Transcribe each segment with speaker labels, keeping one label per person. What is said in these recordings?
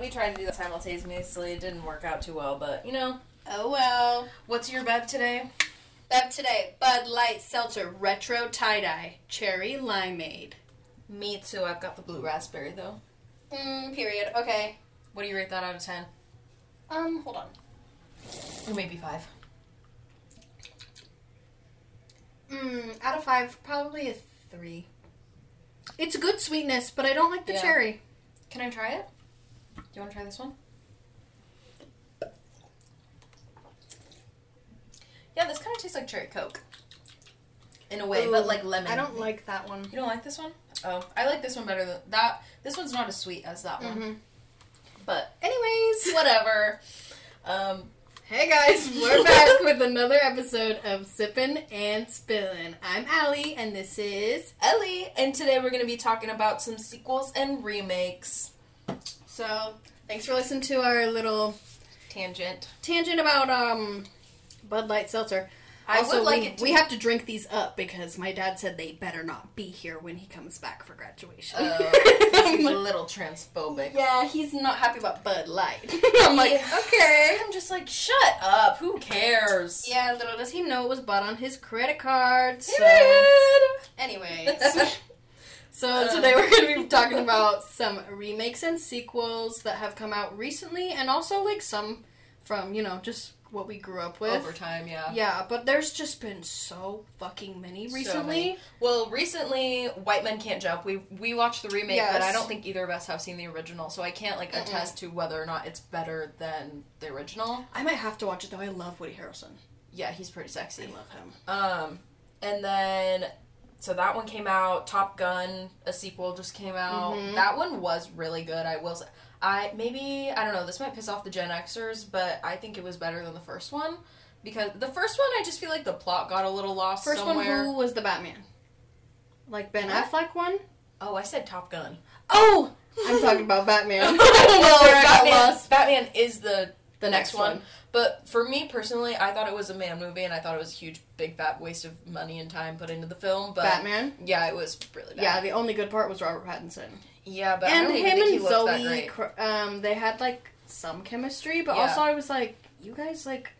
Speaker 1: we tried to do that simultaneously. It didn't work out too well, but you know,
Speaker 2: Oh well.
Speaker 1: what's your bev today?
Speaker 2: Bev today, Bud Light Seltzer Retro Tie Dye Cherry Limeade.
Speaker 1: Me too. I've got the blue raspberry though.
Speaker 2: Mm, period. Okay.
Speaker 1: What do you rate that out of ten?
Speaker 2: Um, hold on.
Speaker 1: Maybe five.
Speaker 2: Mm, out of five, probably a three. It's a good sweetness, but I don't like the
Speaker 1: Yeah.
Speaker 2: cherry.
Speaker 1: Can I try it? Do you want to try this one? Yeah, this kind of tastes like cherry coke. In a way, but
Speaker 2: Ooh,
Speaker 1: like lemon.
Speaker 2: I don't like that one.
Speaker 1: You don't like this one? Oh, I like this one better than that. This one's not as sweet as that one.
Speaker 2: Mhm.
Speaker 1: But Mm-hmm. anyways, whatever. Um,
Speaker 2: Hey guys, we're back with another episode of Sippin' and Spillin'. I'm Allie, and this is
Speaker 1: Ellie, and today we're gonna be talking about some sequels and remakes.
Speaker 2: so. Thanks for listening to our little
Speaker 1: Tangent.
Speaker 2: tangent about um Bud Light Seltzer.
Speaker 1: I
Speaker 2: also,
Speaker 1: would like
Speaker 2: we,
Speaker 1: it. To
Speaker 2: we have to drink these up because my dad said they better not be here when he comes back for graduation.
Speaker 1: uh, this
Speaker 2: I'm
Speaker 1: is a
Speaker 2: like,
Speaker 1: little transphobic.
Speaker 2: yeah, he's not happy about Bud Light. I'm like,
Speaker 1: Yeah.
Speaker 2: okay.
Speaker 1: I'm just like, shut up. Who cares?
Speaker 2: Yeah, little does he know it was bought on his credit card. So,
Speaker 1: Period.
Speaker 2: anyways, Uh. so today we're going to be talking about some remakes and sequels that have come out recently, and also like some from you know just what we grew up with.
Speaker 1: Over time, yeah.
Speaker 2: Yeah, but there's just been so fucking many
Speaker 1: So
Speaker 2: recently.
Speaker 1: many. Well, recently, White Men Can't Jump. We we watched the remake, but
Speaker 2: Yes.
Speaker 1: I don't think either of us have seen the original, so I can't like
Speaker 2: Mm-mm.
Speaker 1: attest to whether or not it's better than the original.
Speaker 2: I might have to watch it though. I love Woody Harrelson.
Speaker 1: Yeah, he's pretty
Speaker 2: I
Speaker 1: sexy.
Speaker 2: love him.
Speaker 1: Um, and then so that one came out. Top Gun, a sequel, just came out.
Speaker 2: Mhm.
Speaker 1: That one was really good. I will. Say. I maybe I don't know. This might piss off the Gen Xers, but I think it was better than the first one because the first one I just feel like the plot got a little lost
Speaker 2: First
Speaker 1: somewhere.
Speaker 2: one, who was the Batman? Like Ben
Speaker 1: What?
Speaker 2: Affleck one?
Speaker 1: oh, I said Top Gun.
Speaker 2: Oh, I'm talking about Batman.
Speaker 1: well,
Speaker 2: Where I got
Speaker 1: Batman,
Speaker 2: lost.
Speaker 1: Batman is the
Speaker 2: The
Speaker 1: next one. But for me personally, I thought it was a man movie, and I thought it was a huge, big, fat waste of money and time put into the film. But
Speaker 2: Batman.
Speaker 1: yeah, it was really bad.
Speaker 2: Yeah, the only good part was Robert Pattinson.
Speaker 1: yeah, but I
Speaker 2: and
Speaker 1: don't even
Speaker 2: him
Speaker 1: think he
Speaker 2: and
Speaker 1: looked that
Speaker 2: Zoe,
Speaker 1: great.
Speaker 2: cr- um, they had like some chemistry, but
Speaker 1: Yeah.
Speaker 2: also I was like, you guys like,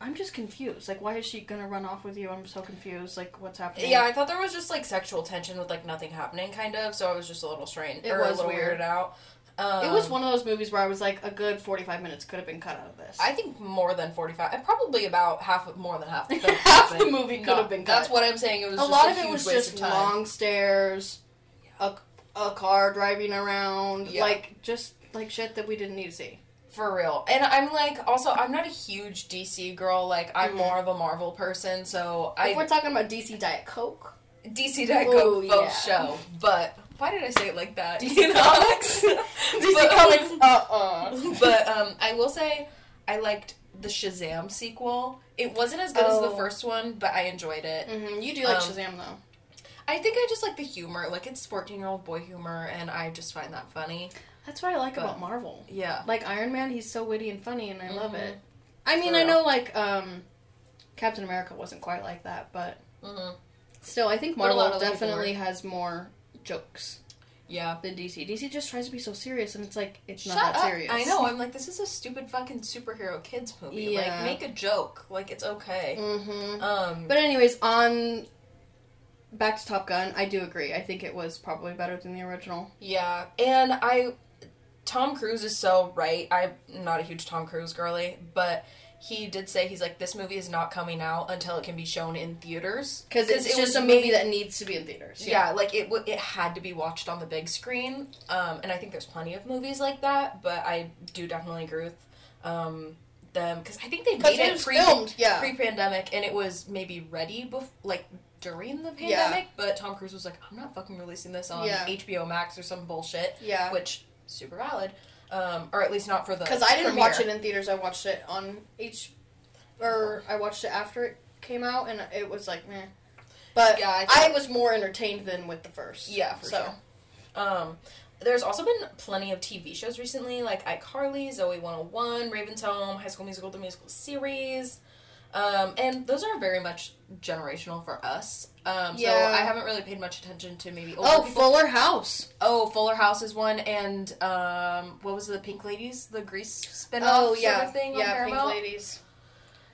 Speaker 2: I'm just confused. Like, why is she gonna run off with you? I'm so confused. Like, what's happening?
Speaker 1: Yeah, I thought there was just like sexual tension with like nothing happening, kind of. So I was just a little strained.
Speaker 2: It
Speaker 1: or a
Speaker 2: was
Speaker 1: little
Speaker 2: weird.
Speaker 1: weirded out. Um,
Speaker 2: it was one of those movies where I was like, a good 45 minutes could have been cut out of this.
Speaker 1: I think more than forty-five. and Probably about half, of more than half. The film
Speaker 2: Half the
Speaker 1: happened.
Speaker 2: movie could
Speaker 1: No,
Speaker 2: have been cut.
Speaker 1: That's what I'm saying. It was
Speaker 2: a
Speaker 1: just
Speaker 2: lot of
Speaker 1: huge
Speaker 2: it was
Speaker 1: waste
Speaker 2: just
Speaker 1: of time.
Speaker 2: long stairs, a, a car driving around,
Speaker 1: Yeah.
Speaker 2: like just like shit that we didn't need to see.
Speaker 1: For real. And I'm like, also, I'm not a huge DC girl. Like, I'm
Speaker 2: Mhm.
Speaker 1: more of a Marvel person, so I.
Speaker 2: if we're talking about DC Diet Coke,
Speaker 1: DC Diet
Speaker 2: Oh,
Speaker 1: Coke yeah.
Speaker 2: yeah.
Speaker 1: show. But why did I say it like that?
Speaker 2: DC
Speaker 1: You know?
Speaker 2: Comics.
Speaker 1: But-
Speaker 2: uh uh
Speaker 1: But um, I will say, I liked the Shazam sequel. It wasn't as good as
Speaker 2: Oh.
Speaker 1: the first one, but I enjoyed it.
Speaker 2: hmm You do like
Speaker 1: Um,
Speaker 2: Shazam though.
Speaker 1: I think I just like the humor. Like, it's 14 year old boy humor, and I just find that funny.
Speaker 2: That's what I like
Speaker 1: but-
Speaker 2: about Marvel.
Speaker 1: Yeah.
Speaker 2: Like Iron Man, he's so witty and funny, and I love
Speaker 1: Mhm.
Speaker 2: it. I mean,
Speaker 1: For
Speaker 2: I
Speaker 1: real.
Speaker 2: know like um, Captain America wasn't quite like that, but
Speaker 1: hmm
Speaker 2: still, I think
Speaker 1: But a lot
Speaker 2: Marvel
Speaker 1: of the people
Speaker 2: definitely has more jokes
Speaker 1: Yeah.
Speaker 2: than DC. DC just tries to be so serious, and it's like it's
Speaker 1: Shut
Speaker 2: not that
Speaker 1: up.
Speaker 2: serious.
Speaker 1: I know. I'm like, this is a stupid fucking superhero kids movie.
Speaker 2: Yeah.
Speaker 1: Like, make a joke. Like, it's okay.
Speaker 2: Mm-hmm.
Speaker 1: Um,
Speaker 2: But anyways, on back to Top Gun, I do agree. I think it was probably better than the original.
Speaker 1: yeah, and I, Tom Cruise is so right. I'm not a huge Tom Cruise girly, but he did say he's like, this movie is not coming out until it can be shown in theaters
Speaker 2: Because it's
Speaker 1: it was
Speaker 2: just a
Speaker 1: made-
Speaker 2: movie that needs to be in theaters.
Speaker 1: Yeah, like it w- it had to be watched on the big screen. Um, and I think there's plenty of movies like that, but I do definitely agree with um, them because I think they
Speaker 2: Because
Speaker 1: made
Speaker 2: it
Speaker 1: it
Speaker 2: was
Speaker 1: pre
Speaker 2: filmed, yeah.
Speaker 1: pre-pandemic and it was maybe ready bef- like during the
Speaker 2: Yeah.
Speaker 1: pandemic but tom cruise was like i'm not fucking releasing this on
Speaker 2: Yeah.
Speaker 1: hbo max or some bullshit
Speaker 2: yeah.
Speaker 1: which super valid um, or at least not for the
Speaker 2: Because I didn't
Speaker 1: premiere.
Speaker 2: watch it in theaters. I watched it on H, or I watched it after it came out, and it was like meh. But
Speaker 1: Yeah, I
Speaker 2: I,
Speaker 1: think-
Speaker 2: was more entertained than with the first.
Speaker 1: yeah for
Speaker 2: so.
Speaker 1: sure um, there's also been plenty of tv shows recently like icarly zoe 101 raven's home high school musical the musical series um, and those are very much generational for us Um,
Speaker 2: Yeah.
Speaker 1: So I haven't really paid much attention to maybe older
Speaker 2: Oh,
Speaker 1: people.
Speaker 2: Fuller House.
Speaker 1: oh, Fuller House is one, and um, what was the Pink Ladies, the Grease spinoff
Speaker 2: oh yeah,
Speaker 1: sort of thing on
Speaker 2: yeah, Pink
Speaker 1: Paramount?
Speaker 2: Ladies.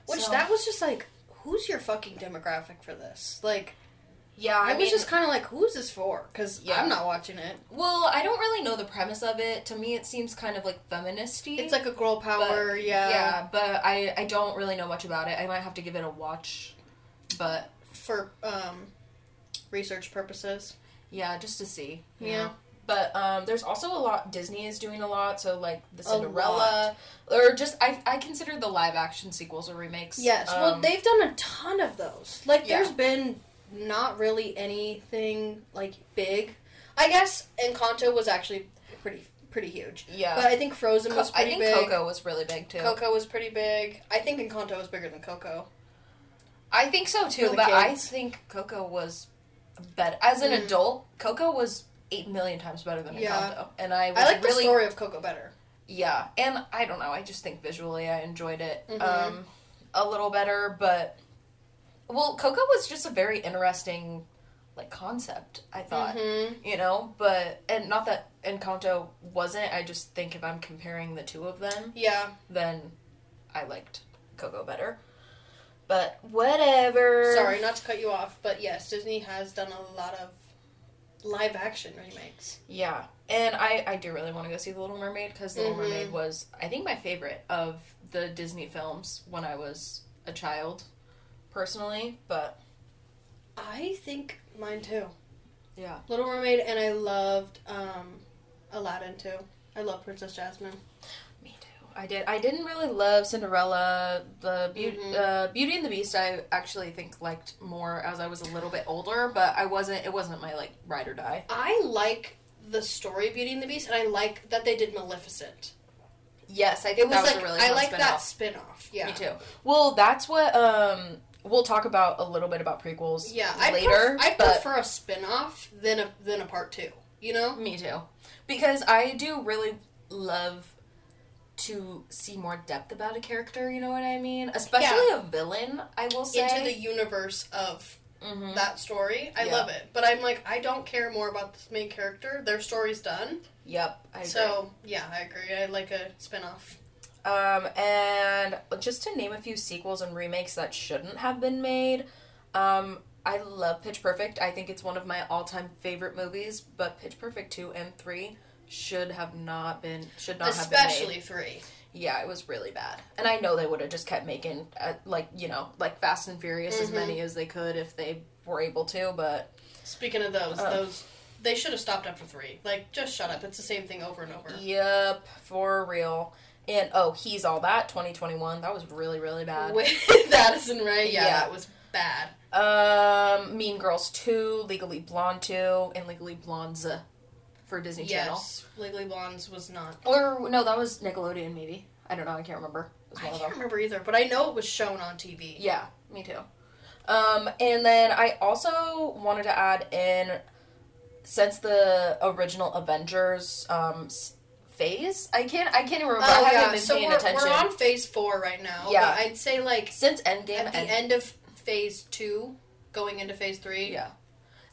Speaker 2: Which
Speaker 1: So-
Speaker 2: that was just like, who's your fucking demographic for this? Like,
Speaker 1: Yeah,
Speaker 2: I,
Speaker 1: I,
Speaker 2: was
Speaker 1: mean,
Speaker 2: just kind of like, who's this for? Because
Speaker 1: Yeah.
Speaker 2: I'm not watching it.
Speaker 1: well, I don't really know the premise of it. To me, it seems kind of like feministy.
Speaker 2: It's like uh, a girl power. yeah,
Speaker 1: yeah, but I I don't really know much about it. I might have to give it a watch, but
Speaker 2: for um, research purposes.
Speaker 1: yeah, just to see. you
Speaker 2: Yeah.
Speaker 1: know. But um, there's also a lot. Disney is doing a lot. So like the
Speaker 2: A
Speaker 1: Cinderella, or just I I consider the live action sequels or remakes.
Speaker 2: Yes, well,
Speaker 1: Um,
Speaker 2: they've done a ton of those. Like,
Speaker 1: Yeah.
Speaker 2: there's been not really anything like big. I guess Encanto was actually pretty pretty huge,
Speaker 1: yeah.
Speaker 2: but I think Frozen
Speaker 1: Co-
Speaker 2: was
Speaker 1: I
Speaker 2: pretty
Speaker 1: think
Speaker 2: big.
Speaker 1: Coco was really big too.
Speaker 2: Coco was pretty big. I think Encanto was bigger than Coco.
Speaker 1: I think so
Speaker 2: For
Speaker 1: too,
Speaker 2: the
Speaker 1: but I
Speaker 2: kids.
Speaker 1: think Coco was better as an
Speaker 2: Mm.
Speaker 1: adult. Coco was eight million times better than
Speaker 2: Yeah.
Speaker 1: Encanto, and I was
Speaker 2: I like the
Speaker 1: really
Speaker 2: story of Coco better.
Speaker 1: yeah. And I don't know, I just think visually I enjoyed it
Speaker 2: Mhm.
Speaker 1: um, a little better, but well, Coco was just a very interesting like concept. I thought
Speaker 2: Mhm.
Speaker 1: you know, but and not that Encanto wasn't. I just think if I'm comparing the two of them,
Speaker 2: Yeah.
Speaker 1: then I liked Coco better. But whatever.
Speaker 2: Sorry, not to cut you off, but yes, Disney has done a lot of live action remakes.
Speaker 1: Yeah. And I, I do really want to go see The Little Mermaid because The
Speaker 2: Mhm.
Speaker 1: Little Mermaid was, I think, my favorite of the Disney films when I was a child, personally. But
Speaker 2: I think mine too.
Speaker 1: yeah.
Speaker 2: Little Mermaid, and I loved um, Aladdin too. I love Princess Jasmine.
Speaker 1: Me too. I did. I didn't really love Cinderella. The Beauty,
Speaker 2: Mhm.
Speaker 1: uh, Beauty and the Beast, I actually think liked more as I was a little bit older, but I wasn't, it wasn't my like ride or die.
Speaker 2: I like the story of Beauty and the Beast, and I like that they did Maleficent.
Speaker 1: Yes, I think
Speaker 2: It was,
Speaker 1: that was
Speaker 2: like
Speaker 1: a really
Speaker 2: I
Speaker 1: fun
Speaker 2: like that
Speaker 1: spin-off.
Speaker 2: spin off. Yeah,
Speaker 1: Me too. Well, that's what um we'll talk about a little bit about prequels.
Speaker 2: Yeah, I
Speaker 1: later.
Speaker 2: later. I
Speaker 1: but
Speaker 2: prefer a spin off than a than a part two. You know?
Speaker 1: me too, because I do really love to see more depth about a character. You know what I mean? Especially a villain. I will say.
Speaker 2: Into the universe of
Speaker 1: Mhm.
Speaker 2: that story. I
Speaker 1: Yeah.
Speaker 2: love it. But I'm like, I don't care more about this main character. Their story's done.
Speaker 1: Yep. I agree.
Speaker 2: So yeah, I agree. I like a spin off.
Speaker 1: Um, and just to name a few sequels and remakes that shouldn't have been made, um, I love Pitch Perfect. I think it's one of my all-time favorite movies, but Pitch Perfect two and three should have not been should not have been
Speaker 2: Especially three.
Speaker 1: made. Yeah, it was really bad, and I know they would have just kept making uh, like you know like Fast and Furious as
Speaker 2: Mhm.
Speaker 1: many as they could if they were able to, but
Speaker 2: Speaking of those,
Speaker 1: Oh.
Speaker 2: those they should have stopped after three. Like, just shut up. It's the same thing over and over.
Speaker 1: yep, for real. And oh, he's all that 2021. That was really really bad.
Speaker 2: With Addison Ray, yeah,
Speaker 1: Yeah.
Speaker 2: that was bad.
Speaker 1: Um, Mean Girls 2, Legally Blonde 2, and Legally Blondes uh, for Disney Channel.
Speaker 2: Yes, Legally Blondes was not.
Speaker 1: Or, no, that was Nickelodeon, maybe. I don't know, I can't remember. It was
Speaker 2: I
Speaker 1: one of
Speaker 2: can't
Speaker 1: them.
Speaker 2: remember either, but I know it was shown on TV.
Speaker 1: Yeah, me too. Um, and then I also wanted to add in, since the original Avengers, um, s- phase, I can't, I can't even remember. I
Speaker 2: Oh,
Speaker 1: haven't
Speaker 2: yeah.
Speaker 1: been
Speaker 2: So
Speaker 1: paying
Speaker 2: we're,
Speaker 1: attention.
Speaker 2: we're on phase four right now.
Speaker 1: Yeah.
Speaker 2: but I'd say like
Speaker 1: Since Endgame,
Speaker 2: at the
Speaker 1: and-
Speaker 2: end of phase two, going into phase three,
Speaker 1: yeah.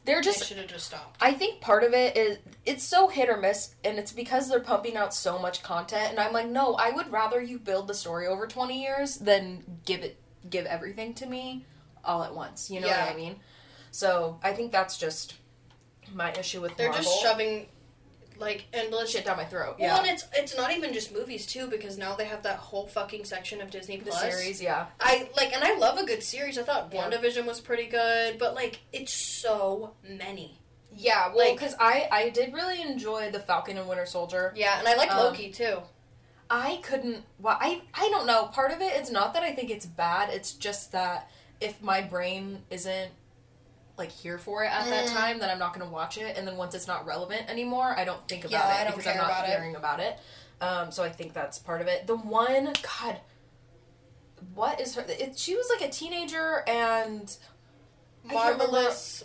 Speaker 1: They're
Speaker 2: they
Speaker 1: just
Speaker 2: should have just stopped.
Speaker 1: I think part of it is it's so hit or miss, and it's because they're pumping out so much content. And I'm like, no, I would rather you build the story over 20 years than give it give everything to me all at once. You know
Speaker 2: Yeah.
Speaker 1: what I mean? So I think that's just my issue with
Speaker 2: They're
Speaker 1: Marvel.
Speaker 2: just shoving like endless
Speaker 1: shit down my throat.
Speaker 2: Well,
Speaker 1: Yeah,
Speaker 2: and it's it's not even just movies too, because now they have that whole fucking section of Disney
Speaker 1: the
Speaker 2: Plus.
Speaker 1: series. Yeah,
Speaker 2: I like, and I love a good series. I thought
Speaker 1: Yeah.
Speaker 2: WandaVision was pretty good, but like, it's so many.
Speaker 1: yeah. Well,
Speaker 2: Like-
Speaker 1: because I I did really enjoy the Falcon and Winter Soldier.
Speaker 2: Yeah, and I like
Speaker 1: Um,
Speaker 2: Loki too.
Speaker 1: I couldn't. Well, I I don't know. Part of it, it's not that I think it's bad. It's just that if my brain isn't like here for it at that
Speaker 2: Mm.
Speaker 1: time, then I'm not going to watch it. And then once it's not relevant anymore, I don't think about
Speaker 2: Yeah,
Speaker 1: it
Speaker 2: I don't
Speaker 1: because
Speaker 2: care
Speaker 1: I'm not
Speaker 2: about it.
Speaker 1: caring about it. Um, so I think that's part of it. The one, God, what is her? It, she was like a teenager and I can't remember-
Speaker 2: Marvelous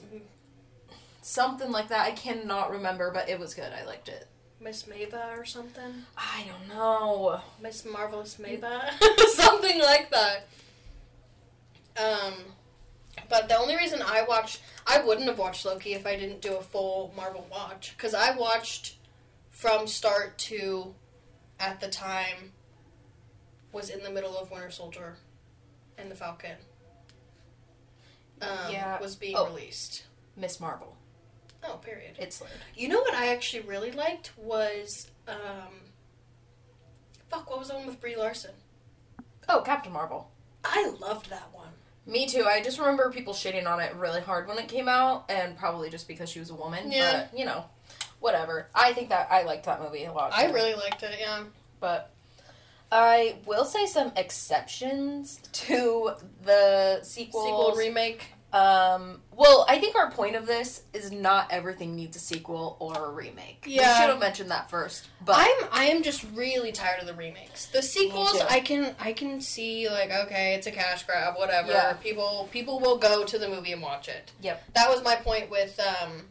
Speaker 1: something like that. I cannot remember, but it was good. I liked it.
Speaker 2: Miss Mava or something.
Speaker 1: I don't know.
Speaker 2: Miss Mm. Marvelous Mava, something like that. Um, But the only reason I watched, I wouldn't have watched Loki if I didn't do a full Marvel watch. Because I watched from start to, at the time, was in the middle of Winter Soldier and the Falcon. Um,
Speaker 1: Yeah.
Speaker 2: Was being
Speaker 1: Oh.
Speaker 2: released.
Speaker 1: Miss Marvel.
Speaker 2: Oh, period.
Speaker 1: It's slurred.
Speaker 2: You know what I actually really liked was, um, fuck, what was the one with Brie Larson?
Speaker 1: Oh, Captain Marvel.
Speaker 2: I loved that one.
Speaker 1: Me too. I just remember people shitting on it really hard when it came out, and probably just because she was a woman.
Speaker 2: Yeah.
Speaker 1: But you know, whatever. I think that I liked that movie a lot.
Speaker 2: I
Speaker 1: too.
Speaker 2: really liked it. Yeah.
Speaker 1: but I will say some exceptions to the sequels.
Speaker 2: Sequel remake.
Speaker 1: um, well, I think our point of this is not everything needs a sequel or a remake.
Speaker 2: Yeah.
Speaker 1: we should have mentioned that first. But
Speaker 2: I'm I am just really tired of the remakes. The sequels
Speaker 1: too.
Speaker 2: I can I can see like okay it's a cash grab whatever
Speaker 1: Yeah.
Speaker 2: people people will go to the movie and watch it.
Speaker 1: Yep.
Speaker 2: That was my point with um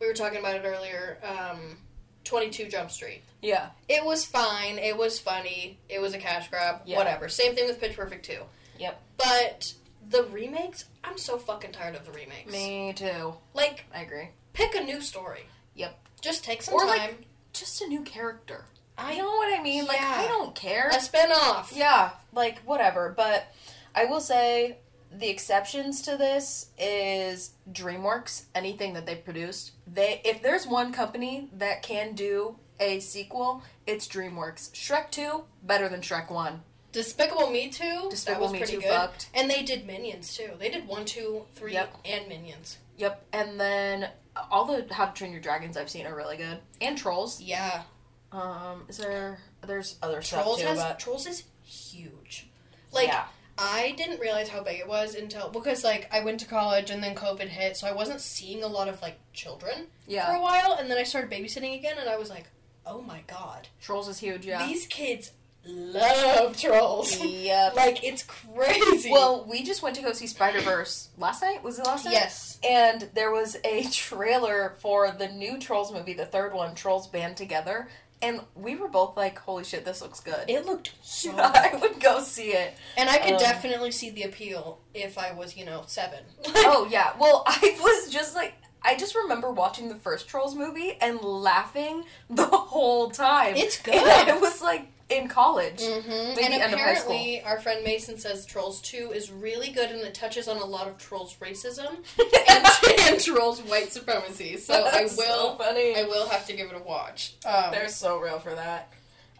Speaker 2: we were talking about it earlier um 22 Jump Street.
Speaker 1: yeah,
Speaker 2: It was fine, it was funny, it was a cash grab,
Speaker 1: Yeah.
Speaker 2: whatever. Same thing with Pitch Perfect 2.
Speaker 1: Yep.
Speaker 2: But the remakes, I'm so fucking tired of the remakes.
Speaker 1: me too.
Speaker 2: Like
Speaker 1: I agree.
Speaker 2: pick a new story.
Speaker 1: Yep.
Speaker 2: Just take some
Speaker 1: Or,
Speaker 2: time.
Speaker 1: like, Just a new character.
Speaker 2: I-
Speaker 1: I know what I mean. Like
Speaker 2: Yeah.
Speaker 1: I don't care.
Speaker 2: a spin-off.
Speaker 1: Yeah, like whatever. But I will say the exceptions to this is DreamWorks. Anything that they produced, they if there's one company that can do a sequel, it's DreamWorks. Shrek Two better than Shrek One.
Speaker 2: Despicable Me Too. that
Speaker 1: Despicable
Speaker 2: was
Speaker 1: Me
Speaker 2: pretty
Speaker 1: Two
Speaker 2: good.
Speaker 1: fucked.
Speaker 2: And they did Minions too. They did one, two, three,
Speaker 1: Yep.
Speaker 2: and Minions.
Speaker 1: Yep, and then uh, all the How to Train Your Dragons I've seen are really good, and Trolls.
Speaker 2: Yeah,
Speaker 1: Um, is there there's other stuff
Speaker 2: Trolls
Speaker 1: too,
Speaker 2: has
Speaker 1: but
Speaker 2: Trolls is huge. Like
Speaker 1: yeah,
Speaker 2: I didn't realize how big it was until because like I went to college and then COVID hit, so I wasn't seeing a lot of like children for
Speaker 1: yeah.
Speaker 2: a while, and then I started babysitting again, and I was like, oh my god,
Speaker 1: Trolls is huge. Yeah.
Speaker 2: these kids love Trolls.
Speaker 1: Yep.
Speaker 2: like it's crazy.
Speaker 1: Well, we just went to go see Spider Verse last night. Was it last night?
Speaker 2: yes,
Speaker 1: And there was a trailer for the new Trolls movie, the third one, Trolls Band Together, and we were both like, "Holy shit, this looks good."
Speaker 2: it looked so. good.
Speaker 1: I would go see it.
Speaker 2: And I could
Speaker 1: Um,
Speaker 2: definitely see the appeal if I was, you know, seven.
Speaker 1: Oh yeah. Well, I was just like I just remember watching the first Trolls movie and laughing the whole time.
Speaker 2: It's good.
Speaker 1: And I was like in college.
Speaker 2: hmm
Speaker 1: Maybe
Speaker 2: And
Speaker 1: end of high
Speaker 2: apparently, our friend Mason says Trolls 2 is really good and it touches on a lot of Trolls racism and, and Trolls white supremacy. So I
Speaker 1: That's so
Speaker 2: will
Speaker 1: funny.
Speaker 2: I will have to give it a watch. Um,
Speaker 1: They're so real for that.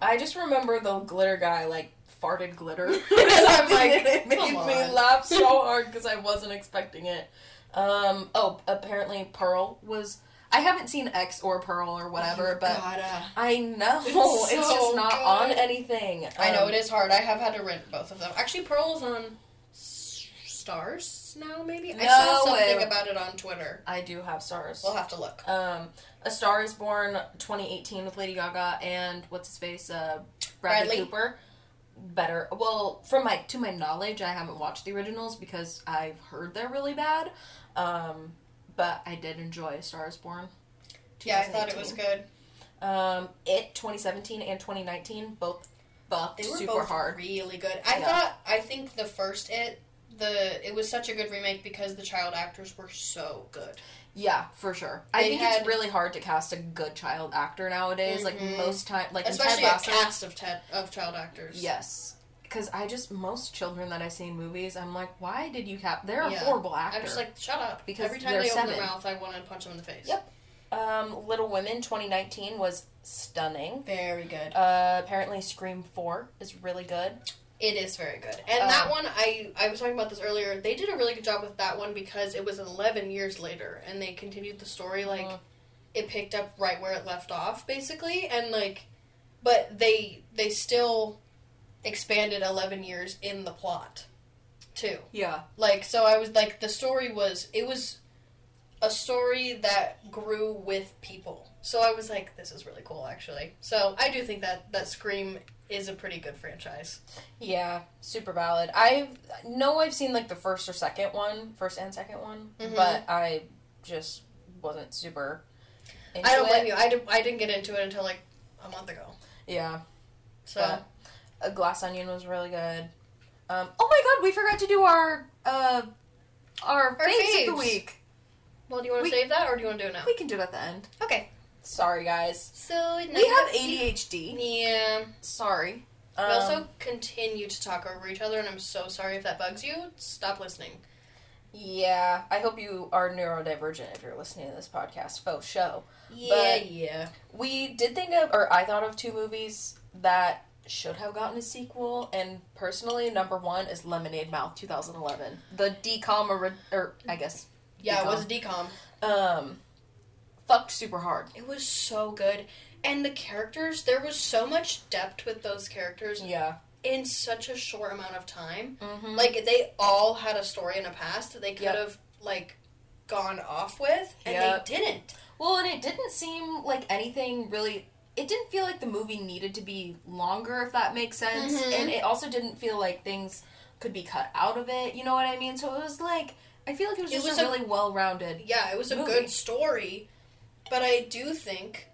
Speaker 1: I just remember the glitter guy like farted glitter. and
Speaker 2: I'm like,
Speaker 1: it made
Speaker 2: "Come
Speaker 1: me
Speaker 2: on."
Speaker 1: laugh so hard because I wasn't expecting it. Um, oh, apparently Pearl was. I haven't seen X or Pearl or whatever,
Speaker 2: you
Speaker 1: but
Speaker 2: gotta-
Speaker 1: I know it's,
Speaker 2: Oh It's so
Speaker 1: just not
Speaker 2: good.
Speaker 1: on anything.
Speaker 2: I know
Speaker 1: Um,
Speaker 2: it is hard. I have had to rent both of them. Actually, Pearl's on S- Stars now, maybe? I saw
Speaker 1: No
Speaker 2: something
Speaker 1: way.
Speaker 2: about it on Twitter.
Speaker 1: I do have stars.
Speaker 2: We'll have to look.
Speaker 1: Um, A Star Is Born 2018 with Lady Gaga and what's his face, uh, Bradley,
Speaker 2: Bradley.
Speaker 1: Cooper. Better. Well, from my to my knowledge, I haven't watched the originals because I've heard they're really bad. Um, but I did enjoy A Star Is Born.
Speaker 2: Yeah, I thought it was
Speaker 1: 2018.
Speaker 2: good.
Speaker 1: Um, it 2017 and 2019 both bucked
Speaker 2: They were
Speaker 1: super
Speaker 2: both
Speaker 1: hard.
Speaker 2: really good. I
Speaker 1: Yeah.
Speaker 2: thought I think the first it the it was such a good remake because the child actors were so good.
Speaker 1: Yeah, for sure. I
Speaker 2: They
Speaker 1: think
Speaker 2: had-
Speaker 1: it's really hard to cast a good child actor nowadays.
Speaker 2: Mhm.
Speaker 1: Like most time, like in Ted
Speaker 2: Especially a
Speaker 1: Lasso-
Speaker 2: cast of te- of child actors.
Speaker 1: Yes. Because I just, most children that I see in movies, I'm like, why did you cap? They're a
Speaker 2: Yeah.
Speaker 1: horrible actor.
Speaker 2: I'm just like, shut up.
Speaker 1: Because
Speaker 2: Every time
Speaker 1: they're
Speaker 2: they open
Speaker 1: seven.
Speaker 2: their mouth I want to punch them in the face.
Speaker 1: Yep. um, Little Women 2019 was stunning.
Speaker 2: Very good.
Speaker 1: Uh, apparently, Scream 4 is really good.
Speaker 2: It is very good. And that
Speaker 1: Um,
Speaker 2: one I I was talking about this earlier. They did a really good job with that one because it was 11 years later and they continued the story like
Speaker 1: Mhm.
Speaker 2: it picked up right where it left off basically and like but they they still expanded 11 years in the plot too.
Speaker 1: Yeah.
Speaker 2: Like so I was like the story was it was a story that grew with people. So I was like this is really cool actually. So I do think that that Scream is a pretty good franchise.
Speaker 1: Yeah, super valid. I know I've seen like the first or second one, first and second one,
Speaker 2: Mhm.
Speaker 1: but I just wasn't super into
Speaker 2: I don't
Speaker 1: it.
Speaker 2: blame you. I, did, I didn't get into it until like a month ago.
Speaker 1: Yeah.
Speaker 2: So
Speaker 1: But a Glass Onion was really good. Um, oh my god, we forgot to do our uh, our,
Speaker 2: Our
Speaker 1: faves, of
Speaker 2: faves.
Speaker 1: the week.
Speaker 2: Well, do you want
Speaker 1: We-
Speaker 2: to save that or do you want to do it now?
Speaker 1: We can do it at the end.
Speaker 2: Okay.
Speaker 1: Sorry, guys.
Speaker 2: So
Speaker 1: We have ADHD.
Speaker 2: Yeah.
Speaker 1: Sorry. Um,
Speaker 2: we also continue to talk over each other, and I'm so sorry if that bugs you. Stop listening.
Speaker 1: yeah. I hope you are neurodivergent if you're listening to this podcast. Faux show.
Speaker 2: yeah.
Speaker 1: We did think of, or I thought of two movies that should have gotten a sequel, and personally, number one is Lemonade Mouth 2011. The decom, or, or I guess,
Speaker 2: Yeah,
Speaker 1: Decom.
Speaker 2: it was a decom.
Speaker 1: um, fucked super hard.
Speaker 2: It was so good. And the characters, there was so much depth with those characters
Speaker 1: Yeah.
Speaker 2: in such a short amount of time.
Speaker 1: Mm-hmm.
Speaker 2: Like, they all had a story and a past that they could
Speaker 1: Yep.
Speaker 2: have, like, gone off with, and
Speaker 1: Yep.
Speaker 2: they didn't.
Speaker 1: Well, and it didn't seem like anything really. It didn't feel like the movie needed to be longer, if that makes sense.
Speaker 2: Mhm.
Speaker 1: And it also didn't feel like things could be cut out of it. You know what I mean? So it was like I feel like it was
Speaker 2: It
Speaker 1: just
Speaker 2: was
Speaker 1: a
Speaker 2: a-
Speaker 1: really well-rounded.
Speaker 2: Yeah, it was a
Speaker 1: Movie.
Speaker 2: good story, but I do think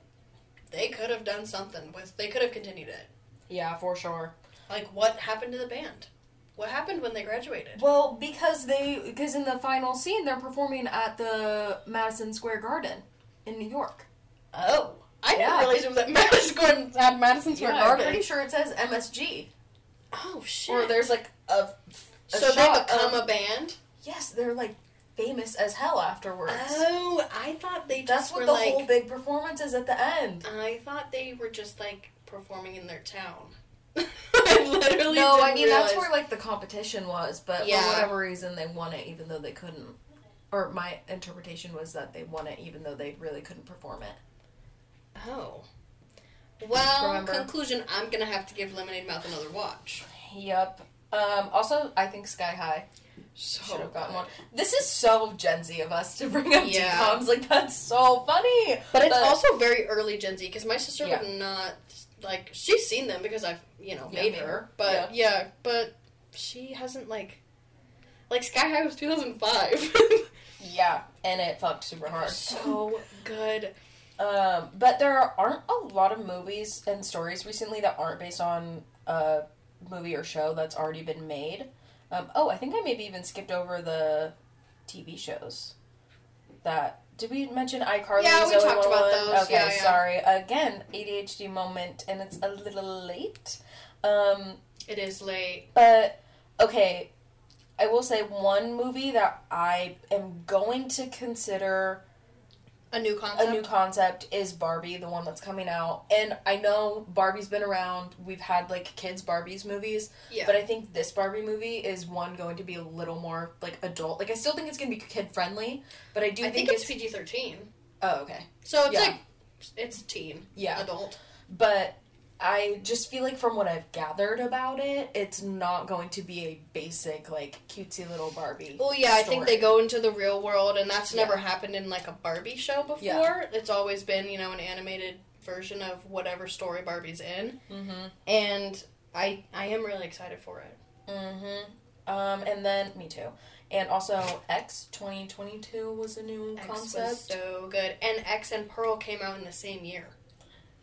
Speaker 2: they could have done something with, they could have continued it.
Speaker 1: Yeah, for sure.
Speaker 2: Like, what happened to the band? What happened when they graduated?
Speaker 1: Well, because they because in the final scene they're performing at the Madison Square Garden in New York.
Speaker 2: Oh, I didn't
Speaker 1: Yeah.
Speaker 2: realize it was at Madison Square, at Madison Square
Speaker 1: I'm
Speaker 2: Garden.
Speaker 1: pretty sure it says MSG.
Speaker 2: Oh shit!
Speaker 1: Or there's like a, a
Speaker 2: so they
Speaker 1: shot
Speaker 2: become
Speaker 1: of-
Speaker 2: a band.
Speaker 1: yes, they're like famous as hell afterwards.
Speaker 2: Oh, I thought they
Speaker 1: That's
Speaker 2: just
Speaker 1: what
Speaker 2: were
Speaker 1: the
Speaker 2: like.
Speaker 1: whole big performance is at the end.
Speaker 2: I thought they were just like performing in their town. I literally
Speaker 1: no,
Speaker 2: didn't
Speaker 1: I mean
Speaker 2: realize.
Speaker 1: that's where like the competition was, but for
Speaker 2: Yeah.
Speaker 1: whatever reason they won it, even though they couldn't. Or my interpretation was that they won it, even though they really couldn't perform it.
Speaker 2: Oh. Well,
Speaker 1: Remember.
Speaker 2: conclusion: I'm gonna have to give Lemonade Mouth another watch.
Speaker 1: Yep. Um, also, I think Sky High
Speaker 2: So
Speaker 1: should have gotten
Speaker 2: good.
Speaker 1: one. This is so Gen Z of us to bring up
Speaker 2: Yeah.
Speaker 1: DComs. Like that's so funny.
Speaker 2: But it's
Speaker 1: But-
Speaker 2: also very early Gen Z because my sister
Speaker 1: Yeah.
Speaker 2: would not like she's seen them because I've you know
Speaker 1: Yeah,
Speaker 2: made
Speaker 1: made
Speaker 2: her,
Speaker 1: her.
Speaker 2: but yeah. but she hasn't like like Sky High was two thousand five.
Speaker 1: Yeah, and it fucked super hard.
Speaker 2: so good.
Speaker 1: Um, but there aren't a lot of movies and stories recently that aren't based on a movie or show that's already been made. Um, oh, I think I maybe even skipped over the TV shows. That did we mention iCarly?
Speaker 2: Yeah, we
Speaker 1: Zoe
Speaker 2: talked
Speaker 1: 101?
Speaker 2: about those.
Speaker 1: Okay,
Speaker 2: Yeah, yeah.
Speaker 1: sorry. Again, ADHD moment, and it's a little late. Um,
Speaker 2: It is late.
Speaker 1: but okay, I will say one movie that I am going to consider
Speaker 2: A new
Speaker 1: a
Speaker 2: concept.
Speaker 1: new concept is Barbie, the one that's coming out. And I know Barbie's been around. We've had like kids Barbies movies,
Speaker 2: yeah.
Speaker 1: but I think this Barbie movie is one going to be a little more like adult. Like I still think it's going to be kid friendly, but I do
Speaker 2: I,
Speaker 1: think,
Speaker 2: think, it's
Speaker 1: it's
Speaker 2: PG thirteen.
Speaker 1: Oh, okay.
Speaker 2: So it's
Speaker 1: Yeah.
Speaker 2: like it's teen
Speaker 1: Yeah.
Speaker 2: adult.
Speaker 1: But I just feel like from what I've gathered about it, it's not going to be a basic like cutesy little Barbie.
Speaker 2: Well, yeah, I think they
Speaker 1: story.
Speaker 2: go into the real world, and that's
Speaker 1: Yeah.
Speaker 2: never happened in like a Barbie show before.
Speaker 1: Yeah.
Speaker 2: It's always been you know an animated version of whatever story Barbie's in.
Speaker 1: Mhm.
Speaker 2: and I I am really excited for it.
Speaker 1: Mhm. Um and then me too. And also X 2022 was a new
Speaker 2: X
Speaker 1: concept.
Speaker 2: was so good, and X and Pearl came out in the same year,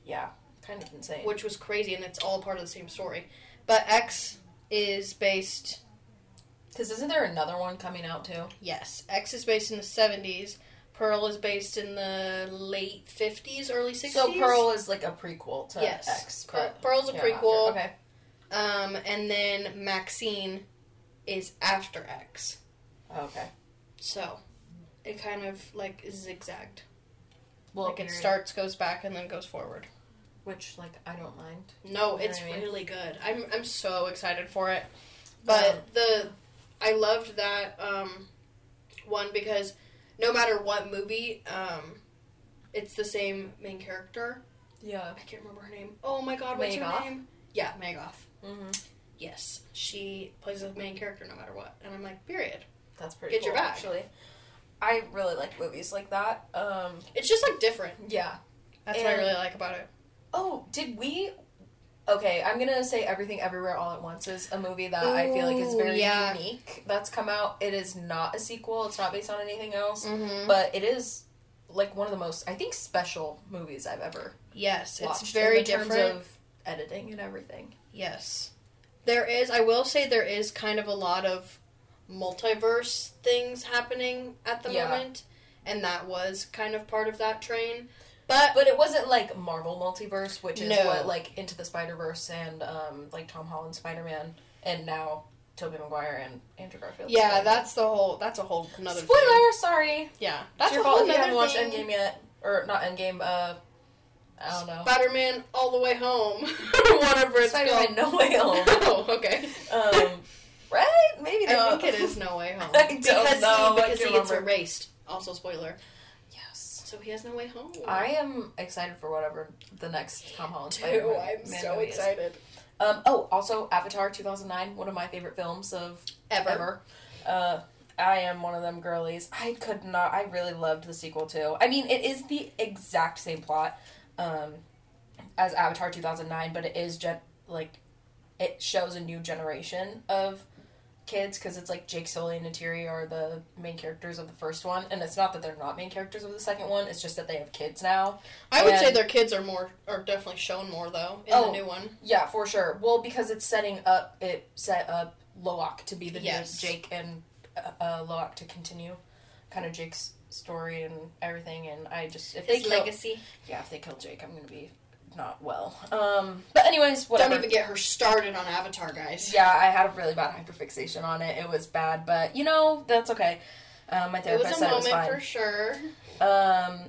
Speaker 1: yeah. Kind of insane.
Speaker 2: which was crazy, and it's all part of the same story. But X is based
Speaker 1: Because isn't there another one coming out too?
Speaker 2: yes, X is based in the seventies. Pearl is based in the late fifties, early sixties.
Speaker 1: So Pearl is like a prequel to
Speaker 2: Yes.
Speaker 1: X.
Speaker 2: Pearl-
Speaker 1: correct?
Speaker 2: Pearl's a
Speaker 1: Yeah,
Speaker 2: prequel,
Speaker 1: after- Okay.
Speaker 2: um, and then Maxine is after X.
Speaker 1: Okay.
Speaker 2: So it kind of like zigzagged.
Speaker 1: Well,
Speaker 2: like it starts, goes back, and then goes forward.
Speaker 1: which like I don't mind.
Speaker 2: No,
Speaker 1: You know
Speaker 2: it's
Speaker 1: what I mean?
Speaker 2: really good. I'm I'm so excited for it. But the I loved that um, one because no matter what movie, um, it's the same main character.
Speaker 1: Yeah.
Speaker 2: I can't remember her name. Oh my god, what's
Speaker 1: Magoff?
Speaker 2: her name? Yeah, Magoff.
Speaker 1: hmm
Speaker 2: Yes, she plays the main character no matter what, and I'm like, period.
Speaker 1: That's pretty.
Speaker 2: Get
Speaker 1: cool,
Speaker 2: your back.
Speaker 1: Actually, I really like movies like that. Um.
Speaker 2: It's just like different.
Speaker 1: Yeah.
Speaker 2: That's what I
Speaker 1: And-
Speaker 2: really like about it.
Speaker 1: Oh, did we? Okay, I'm gonna say Everything Everywhere All at Once is a movie that I feel like is
Speaker 2: Ooh,
Speaker 1: very
Speaker 2: yeah.
Speaker 1: unique that's come out. It is not a sequel. It's not based on anything else,
Speaker 2: Mm-hmm. But
Speaker 1: but it is like one of the most I think special movies I've ever
Speaker 2: yes,
Speaker 1: watched
Speaker 2: it's very
Speaker 1: in terms
Speaker 2: different.
Speaker 1: of editing and everything.
Speaker 2: Yes. There is, I will say, there is kind of a lot of multiverse things happening at the
Speaker 1: Yeah.
Speaker 2: moment, and that was kind of part of that train. But,
Speaker 1: But it wasn't like Marvel multiverse, which is
Speaker 2: No.
Speaker 1: what like Into the Spider Verse and um, like Tom Holland Spider Man, and now Tobey Maguire and Andrew Garfield.
Speaker 2: yeah,
Speaker 1: Spider-Man.
Speaker 2: that's the whole. That's a whole another
Speaker 1: spoiler.
Speaker 2: Thing.
Speaker 1: Sorry,
Speaker 2: Yeah,
Speaker 1: that's
Speaker 2: that's
Speaker 1: your
Speaker 2: a
Speaker 1: fault if
Speaker 2: whole
Speaker 1: you haven't
Speaker 2: another
Speaker 1: watched
Speaker 2: thing.
Speaker 1: Endgame yet, or not Endgame. Uh, I don't know.
Speaker 2: Spider-Man all the way home, whatever it's
Speaker 1: Spider-Man
Speaker 2: called.
Speaker 1: No Way Home.
Speaker 2: oh, okay.
Speaker 1: um, right? Maybe
Speaker 2: I
Speaker 1: not.
Speaker 2: think it is No Way Home.
Speaker 1: I don't
Speaker 2: because
Speaker 1: know, I
Speaker 2: he, because
Speaker 1: can't
Speaker 2: he gets
Speaker 1: remember.
Speaker 2: erased. Also, spoiler.
Speaker 1: Yes.
Speaker 2: So he has no way home.
Speaker 1: I am excited for whatever the next Tom Holland
Speaker 2: do.
Speaker 1: Spider-Man
Speaker 2: I'm
Speaker 1: man
Speaker 2: so
Speaker 1: movie is.
Speaker 2: excited.
Speaker 1: Um, oh, also Avatar 2009, one of my favorite films of
Speaker 2: Ever.
Speaker 1: ever. Uh, I am one of them girlies. I could not. I really loved the sequel too. I mean, it is the exact same plot um, as Avatar 2009, but it is gen- like it shows a new generation of kids because it's like Jake Sully and Natiri are the main characters of the first one, and it's not that they're not main characters of the second one. It's just that they have kids now.
Speaker 2: I would
Speaker 1: And-
Speaker 2: say their kids are more are definitely shown more though in
Speaker 1: Oh.
Speaker 2: the new one.
Speaker 1: Yeah, for sure. Well, because it's setting up, it set up Loak to be the
Speaker 2: Yes.
Speaker 1: new Jake and uh, uh, Loak to continue kind of Jake's story and everything. And I just, if they kill,
Speaker 2: legacy.
Speaker 1: yeah, if they kill Jake, I'm gonna be not well. Um, but anyways, whatever.
Speaker 2: Don't even get her started on Avatar, guys.
Speaker 1: yeah, I had a really bad hyperfixation on it. It was bad, but you know that's okay. Um, my
Speaker 2: It
Speaker 1: therapist
Speaker 2: was a
Speaker 1: said
Speaker 2: moment
Speaker 1: it was fine.
Speaker 2: for sure.
Speaker 1: Um,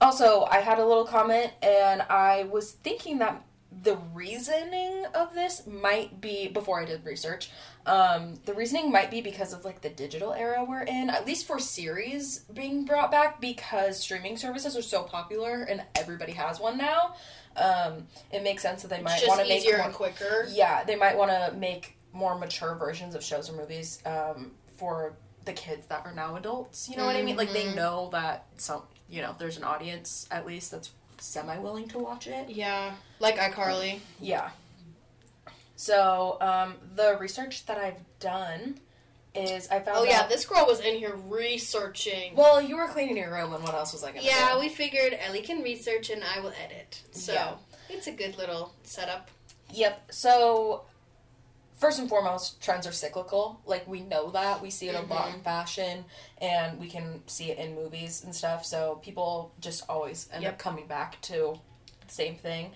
Speaker 1: also, I had a little comment, and I was thinking that the reasoning of this might be before I did research. Um, the reasoning might be because of like the digital era we're in, at least for series being brought back because streaming services are so popular and everybody has one now. Um, it makes sense that they
Speaker 2: It's
Speaker 1: might want
Speaker 2: just
Speaker 1: to make
Speaker 2: easier
Speaker 1: one
Speaker 2: and quicker.
Speaker 1: yeah, they might want to make more mature versions of shows or movies um, for the kids that are now adults. You know what I mean? Like they
Speaker 2: Mhm.
Speaker 1: know that some, you know, there's an audience at least that's semi willing to watch it.
Speaker 2: Yeah, like iCarly.
Speaker 1: Yeah. So um, the research that I've done is I found.
Speaker 2: Oh yeah,
Speaker 1: out-
Speaker 2: this girl was in here researching.
Speaker 1: well, you were cleaning your room, and what else was I gonna do?
Speaker 2: Yeah, we figured Ellie can research and I will edit. So
Speaker 1: Yeah.
Speaker 2: it's a good little setup.
Speaker 1: Yep. So, first and foremost, trends are cyclical. Like, we know that. We see it a lot in fashion, and we can see it in movies and stuff. So, people just always end up
Speaker 2: Yep.
Speaker 1: coming back to the same thing,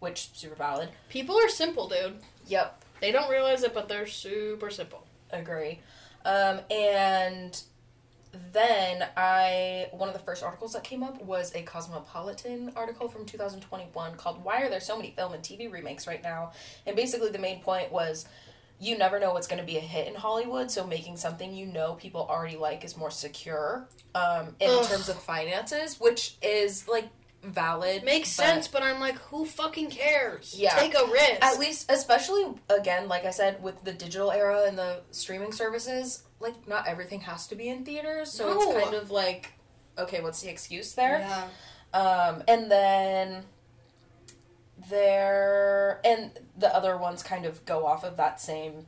Speaker 1: which super valid.
Speaker 2: People are simple, dude.
Speaker 1: Yep.
Speaker 2: They don't realize it, but they're super simple.
Speaker 1: Agree. Um, and then I one of the first articles that came up was a Cosmopolitan article from 2021 called "Why Are There So Many Film and TV Remakes Right Now?" And basically, the main point was you never know what's going to be a hit in Hollywood, so making something you know people already like is more secure um, in
Speaker 2: Ugh.
Speaker 1: terms of finances, which is like valid.
Speaker 2: It makes
Speaker 1: but-
Speaker 2: sense, but I'm like, who fucking cares?
Speaker 1: Yeah.
Speaker 2: Take a risk.
Speaker 1: at least especially again like i said with the digital era and the streaming services like not everything has to be in theaters so
Speaker 2: No.
Speaker 1: it's kind of like okay what's the excuse there
Speaker 2: Yeah.
Speaker 1: um and then there and the other ones kind of go off of that same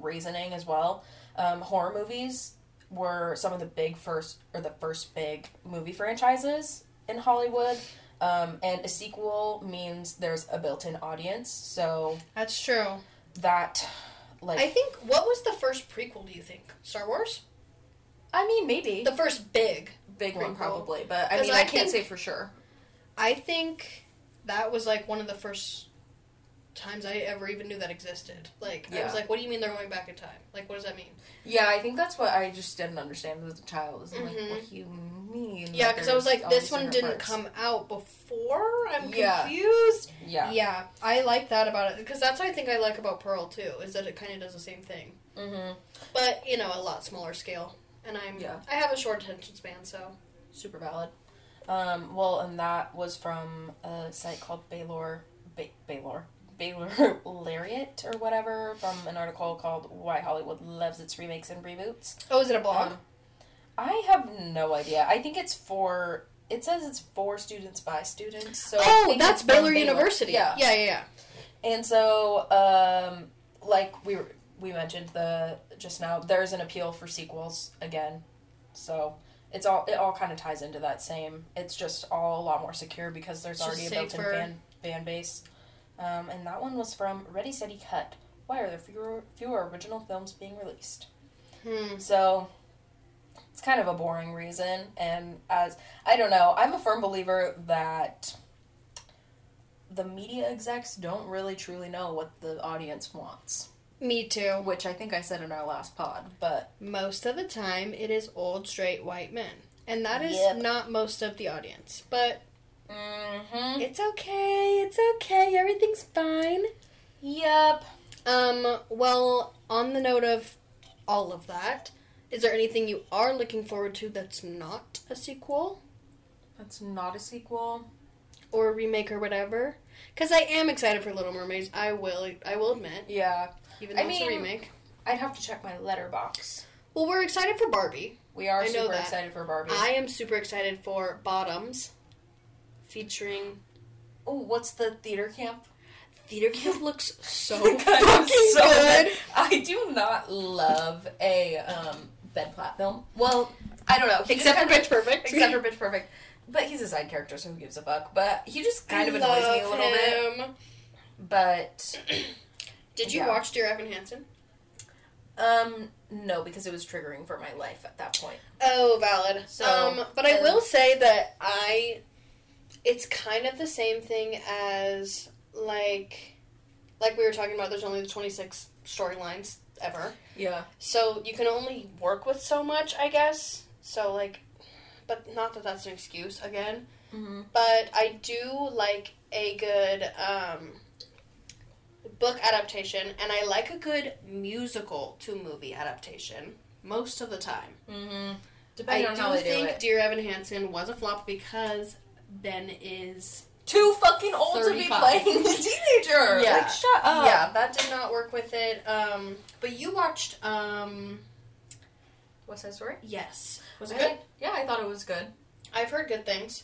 Speaker 1: reasoning as well um horror movies were some of the big first or the first big movie franchises in hollywood um, and a sequel means there's a built-in audience so
Speaker 2: That's true.
Speaker 1: that like
Speaker 2: I
Speaker 1: I,
Speaker 2: think what was the first prequel? Do you think Star Wars?
Speaker 1: mean maybe
Speaker 2: The first big.
Speaker 1: big one
Speaker 2: prequel.
Speaker 1: probably but I
Speaker 2: 'Cause
Speaker 1: mean
Speaker 2: I
Speaker 1: I, can't
Speaker 2: think-
Speaker 1: say for sure
Speaker 2: I think that was like one of the first times I ever even knew that existed. Like I
Speaker 1: Yeah.
Speaker 2: was like, what do you mean they're going back in time? Like what does that mean?
Speaker 1: yeah I think that's what I just didn't understand as a child is like
Speaker 2: Mhm.
Speaker 1: what do you mean
Speaker 2: Yeah,
Speaker 1: that
Speaker 2: because I was
Speaker 1: there's
Speaker 2: like,
Speaker 1: all
Speaker 2: this
Speaker 1: these
Speaker 2: one
Speaker 1: different
Speaker 2: didn't
Speaker 1: parts?
Speaker 2: come out before. I'm
Speaker 1: Yeah.
Speaker 2: confused.
Speaker 1: yeah
Speaker 2: I like that about it because that's what I think I like about Pearl too is that it kind of does the same thing,
Speaker 1: mm-hmm.
Speaker 2: but you know, a lot smaller scale. And I'm
Speaker 1: Yeah.
Speaker 2: I have a short attention span, so
Speaker 1: super valid um, well and that was from a site called Baylor ba- Baylor Baylor Lariat or whatever from an article called Why Hollywood Loves Its Remakes and Reboots
Speaker 2: oh, is it a blog?
Speaker 1: Um, I have no idea. I think it's for. It says it's for students by students. So I
Speaker 2: oh,
Speaker 1: think it's
Speaker 2: that's
Speaker 1: from
Speaker 2: Baylor University.
Speaker 1: Yeah.
Speaker 2: yeah, yeah, yeah.
Speaker 1: And so, um, like we were, we mentioned the just now, there's an appeal for sequels again. So it's all it all kind of ties into that same. It's just all a lot more secure because there's
Speaker 2: Just
Speaker 1: already a built-in
Speaker 2: safer.
Speaker 1: fan fan base. Um, and that one was from Ready Steady Cut. Why are there fewer fewer original films being released?
Speaker 2: Hmm.
Speaker 1: So it's kind of a boring reason. And as I don't know, I'm a firm believer that the media execs don't really truly know what the audience wants,
Speaker 2: Me too.
Speaker 1: which I think I said in our last pod. But
Speaker 2: Most of the time, it is old, straight white men. And that is
Speaker 1: Yep.
Speaker 2: not most of the audience. But
Speaker 1: mm-hmm.
Speaker 2: it's okay, it's okay, everything's fine.
Speaker 1: yep.
Speaker 2: Um, well, on the note of all of that, is there anything you are looking forward to that's not a sequel
Speaker 1: That's not a sequel.
Speaker 2: or a remake or whatever? Because I am excited for Little Mermaids. I will. I will admit,
Speaker 1: Yeah,
Speaker 2: even
Speaker 1: I
Speaker 2: though it's a
Speaker 1: mean-
Speaker 2: remake.
Speaker 1: I'd have to check my letterbox.
Speaker 2: Well, we're excited for Barbie.
Speaker 1: We are
Speaker 2: I know
Speaker 1: super
Speaker 2: that.
Speaker 1: excited for Barbie.
Speaker 2: I am super excited for Bottoms, featuring
Speaker 1: oh, what's the theater camp?
Speaker 2: Theater Camp. Looks so
Speaker 1: That
Speaker 2: fucking
Speaker 1: is so bad.
Speaker 2: good.
Speaker 1: I do not love a um, Ben Platt film. Well, I don't know. He just
Speaker 2: Except for
Speaker 1: kinda-
Speaker 2: Pitch Perfect.
Speaker 1: except for Bitch Perfect, but he's a side character, so who gives a fuck? But he just kind of annoys me a little bit. But
Speaker 2: Did you
Speaker 1: Yeah.
Speaker 2: watch Dear Evan Hansen?
Speaker 1: um, no, because it was triggering for my life at that point.
Speaker 2: Oh, valid.
Speaker 1: So,
Speaker 2: um, but I
Speaker 1: and-
Speaker 2: will say that I, it's kind of the same thing as like, like we were talking about. There's only the 26 storylines ever,
Speaker 1: Yeah,
Speaker 2: so you can only work with so much, I guess. So like, but not that that's an excuse again.
Speaker 1: mm-hmm.
Speaker 2: But I do like a good um, book adaptation, and I like a good musical to movie adaptation most of the time.
Speaker 1: Mm-hmm.
Speaker 2: I
Speaker 1: depending on how they
Speaker 2: do think
Speaker 1: do it.
Speaker 2: Dear Evan Hansen was a flop because Ben is.
Speaker 1: Too fucking old to be
Speaker 2: 35.
Speaker 1: playing the teenager.
Speaker 2: Yeah.
Speaker 1: like, shut up.
Speaker 2: yeah, that did not work with it. Um, but you watched. Um,
Speaker 1: What's that story?
Speaker 2: yes, was
Speaker 1: I
Speaker 2: it good?
Speaker 1: think- Yeah, I thought it was good.
Speaker 2: I've heard good things.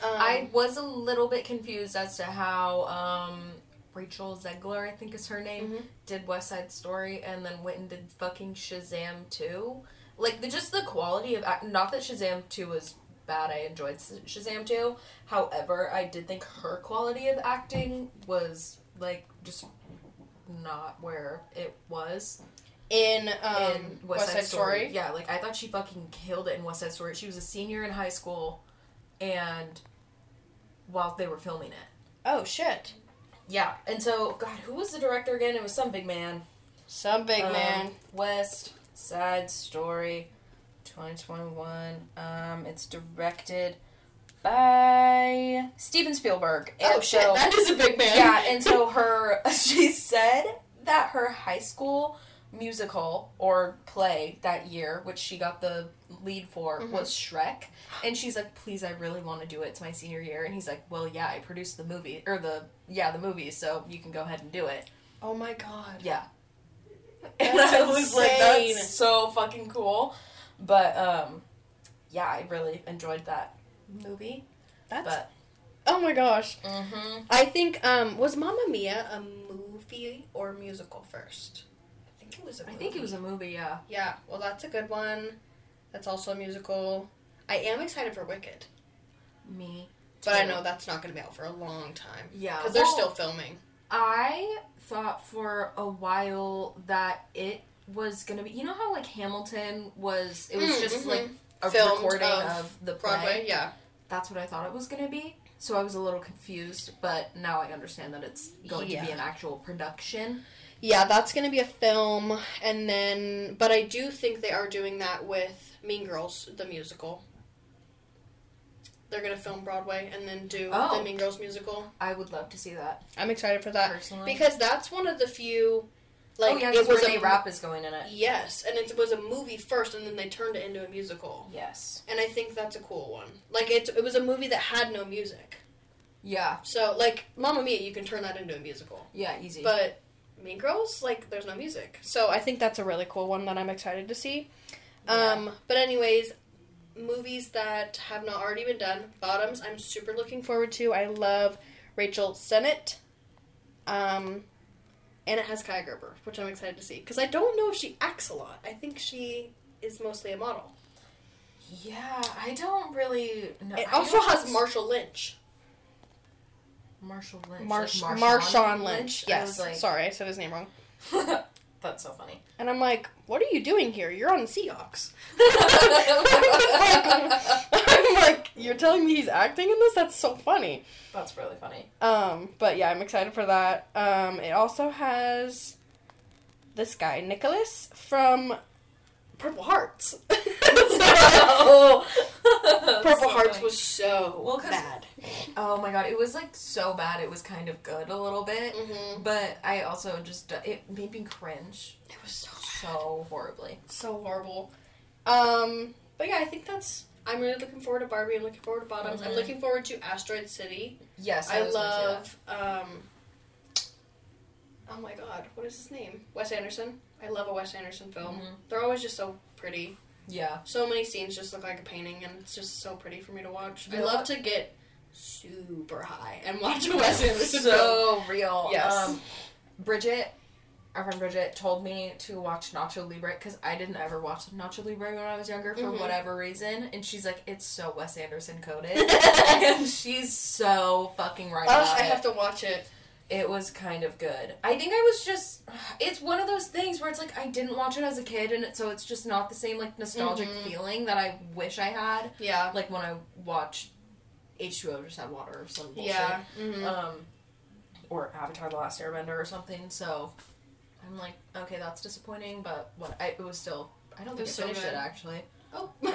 Speaker 2: Um,
Speaker 1: I was a little bit confused as to how um, Rachel Zegler, I think is her name,
Speaker 2: Mhm.
Speaker 1: did West Side Story, and then went and did fucking Shazam two. Like the just the quality of act- not that Shazam two was bad. I enjoyed Sh- Shazam two. However, I did think her quality of acting was like just not where it was
Speaker 2: in um,
Speaker 1: in West, Side, Story. Yeah, like I thought she fucking killed it in West Side Story. She was a senior in high school, and while they were filming it,
Speaker 2: Oh shit!
Speaker 1: yeah. And so, God, who was the director again? It was some big man.
Speaker 2: Some big
Speaker 1: Um,
Speaker 2: man.
Speaker 1: West Side Story, 2021. Um, it's directed by Steven Spielberg.
Speaker 2: Oh
Speaker 1: And
Speaker 2: shit!
Speaker 1: so-
Speaker 2: that is a big man.
Speaker 1: yeah, and so her she said that her high school musical or play that year, which she got the lead for,
Speaker 2: Mhm.
Speaker 1: was Shrek. And she's like, "Please, I really want to do it. It's my senior year." And he's like, "Well, yeah, I produced the movie or the yeah, the movie, so you can go ahead and do it."
Speaker 2: oh my god.
Speaker 1: Yeah. and
Speaker 2: That's
Speaker 1: I was like,
Speaker 2: insane.
Speaker 1: "That's so fucking cool." But um yeah, I really enjoyed that movie.
Speaker 2: That's.
Speaker 1: But
Speaker 2: oh my gosh.
Speaker 1: mhm.
Speaker 2: I think um, was Mamma Mia a movie or musical first? I think it was. A
Speaker 1: I think it
Speaker 2: movie.
Speaker 1: was a movie, yeah.
Speaker 2: Yeah, well, that's a good one. That's also a musical. I am excited for Wicked,
Speaker 1: Me.
Speaker 2: but I
Speaker 1: too.
Speaker 2: know that's not going to be out for a long time
Speaker 1: Yeah.
Speaker 2: because they're
Speaker 1: well,
Speaker 2: still filming.
Speaker 1: I thought for a while that it was gonna be. You know how like Hamilton was. It was
Speaker 2: Mm,
Speaker 1: just
Speaker 2: mhm.
Speaker 1: like a
Speaker 2: Filmed
Speaker 1: recording
Speaker 2: of
Speaker 1: of, the play.
Speaker 2: Broadway, yeah,
Speaker 1: That's what I thought it was gonna be. So I was a little confused, but now I understand that it's going to
Speaker 2: Yeah.
Speaker 1: be an actual production.
Speaker 2: yeah, that's going to be a film, and then. But I do think they are doing that with Mean Girls, the musical. They're going to film Broadway and then do
Speaker 1: Oh.
Speaker 2: the Mean Girls musical.
Speaker 1: I would love to see that
Speaker 2: I'm excited for that
Speaker 1: personally.
Speaker 2: because that's one of the few. Like
Speaker 1: oh yeah,
Speaker 2: it
Speaker 1: because
Speaker 2: was
Speaker 1: Renee
Speaker 2: a
Speaker 1: Rapp is going in it.
Speaker 2: Yes, and it was a movie first, and then they turned it into a musical.
Speaker 1: Yes.
Speaker 2: and I think that's a cool one. Like it, it was a movie that had no music.
Speaker 1: Yeah.
Speaker 2: So like Mamma Mia, you can turn that into a musical.
Speaker 1: Yeah. Easy.
Speaker 2: But Mean Girls, like there's no music. So I think that's a really cool one that I'm excited to see. Um, but anyways, movies that have not already been done. Bottoms, I'm super looking forward to. I love Rachel Sennett. Um, and it has Kai Gerber, which I'm excited to see because I don't know if she acts a lot. I think she is mostly a model.
Speaker 1: yeah, I don't really. know.
Speaker 2: It
Speaker 1: I
Speaker 2: also
Speaker 1: don't-
Speaker 2: has Marshall Lynch.
Speaker 1: Marshall Lynch.
Speaker 2: Marsh
Speaker 1: like
Speaker 2: Marshawn Lynch.
Speaker 1: I
Speaker 2: Yes.
Speaker 1: was like-
Speaker 2: Sorry, I said his name wrong.
Speaker 1: That's so funny.
Speaker 2: And I'm like, what are you doing here? You're on the Seahawks. I'm like, you're telling me he's acting in this? That's so funny.
Speaker 1: That's really funny.
Speaker 2: Um, but yeah, I'm excited for that. Um, it also has this guy, Nicholas, from Purple Hearts.
Speaker 1: oh,
Speaker 2: Purple Hearts was so
Speaker 1: Well, 'cause-
Speaker 2: bad.
Speaker 1: Oh my god, it was like so bad. It was kind of good a little bit,
Speaker 2: Mm-hmm.
Speaker 1: but I also just it made me cringe
Speaker 2: It was so
Speaker 1: so horribly.
Speaker 2: so horrible. Um, but yeah, I think that's. I'm really looking forward to Barbie. I'm looking forward to Bottoms. I'm
Speaker 1: Mhm.
Speaker 2: looking forward to Asteroid City.
Speaker 1: Yes,
Speaker 2: I
Speaker 1: was gonna say that.
Speaker 2: love. Um, oh my God, what is his name? Wes Anderson. I love a Wes Anderson film.
Speaker 1: Mhm.
Speaker 2: They're always just so pretty.
Speaker 1: Yeah,
Speaker 2: So many scenes just look like a painting, and it's just so pretty for me to watch.
Speaker 1: You
Speaker 2: I
Speaker 1: know
Speaker 2: love
Speaker 1: what?
Speaker 2: to get super high and watch a Wes Anderson film.
Speaker 1: so real.
Speaker 2: Yes.
Speaker 1: Um, Bridget, our friend Bridget, told me to watch Nacho Libre because I didn't ever watch Nacho Libre when I was younger for
Speaker 2: Mhm.
Speaker 1: whatever reason, and she's like, "It's so Wes Anderson coded," and she's so fucking right.
Speaker 2: Ugh,
Speaker 1: about
Speaker 2: I
Speaker 1: it.
Speaker 2: have to watch it.
Speaker 1: it was kind of good. I think I was just it's one of those things where it's like I didn't watch it as a kid and it, so it's just not the same like nostalgic
Speaker 2: Mhm.
Speaker 1: feeling that I wish I had
Speaker 2: Yeah.
Speaker 1: like when I watched H2O just had water or some bullshit.
Speaker 2: Yeah. Mhm.
Speaker 1: Um or Avatar the Last Airbender or something. So I'm like, okay, that's disappointing, but what I it was still I don't
Speaker 2: It
Speaker 1: think I
Speaker 2: was so
Speaker 1: finished
Speaker 2: good.
Speaker 1: it actually.
Speaker 2: oh.
Speaker 1: But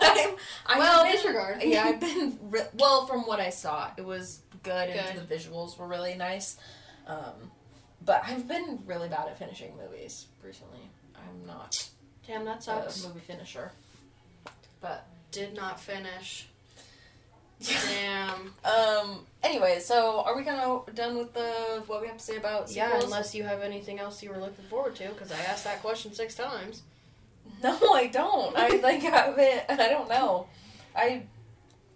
Speaker 1: I'm, I'm
Speaker 2: well,
Speaker 1: been-
Speaker 2: disregard.
Speaker 1: yeah, I've been re- well from what I saw. It was good, and
Speaker 2: Good.
Speaker 1: the visuals were really nice. Um, but I've been really bad at finishing movies recently. I'm not
Speaker 2: Damn, that
Speaker 1: a
Speaker 2: sucks.
Speaker 1: movie finisher. But
Speaker 2: Did not finish. Damn.
Speaker 1: um. Anyway, so are we kind of done with the what we have to say about
Speaker 2: yeah,
Speaker 1: sequels?
Speaker 2: unless you have anything else you were looking forward to, because I asked that question six times.
Speaker 1: No, I don't. I like haven't. I don't know. I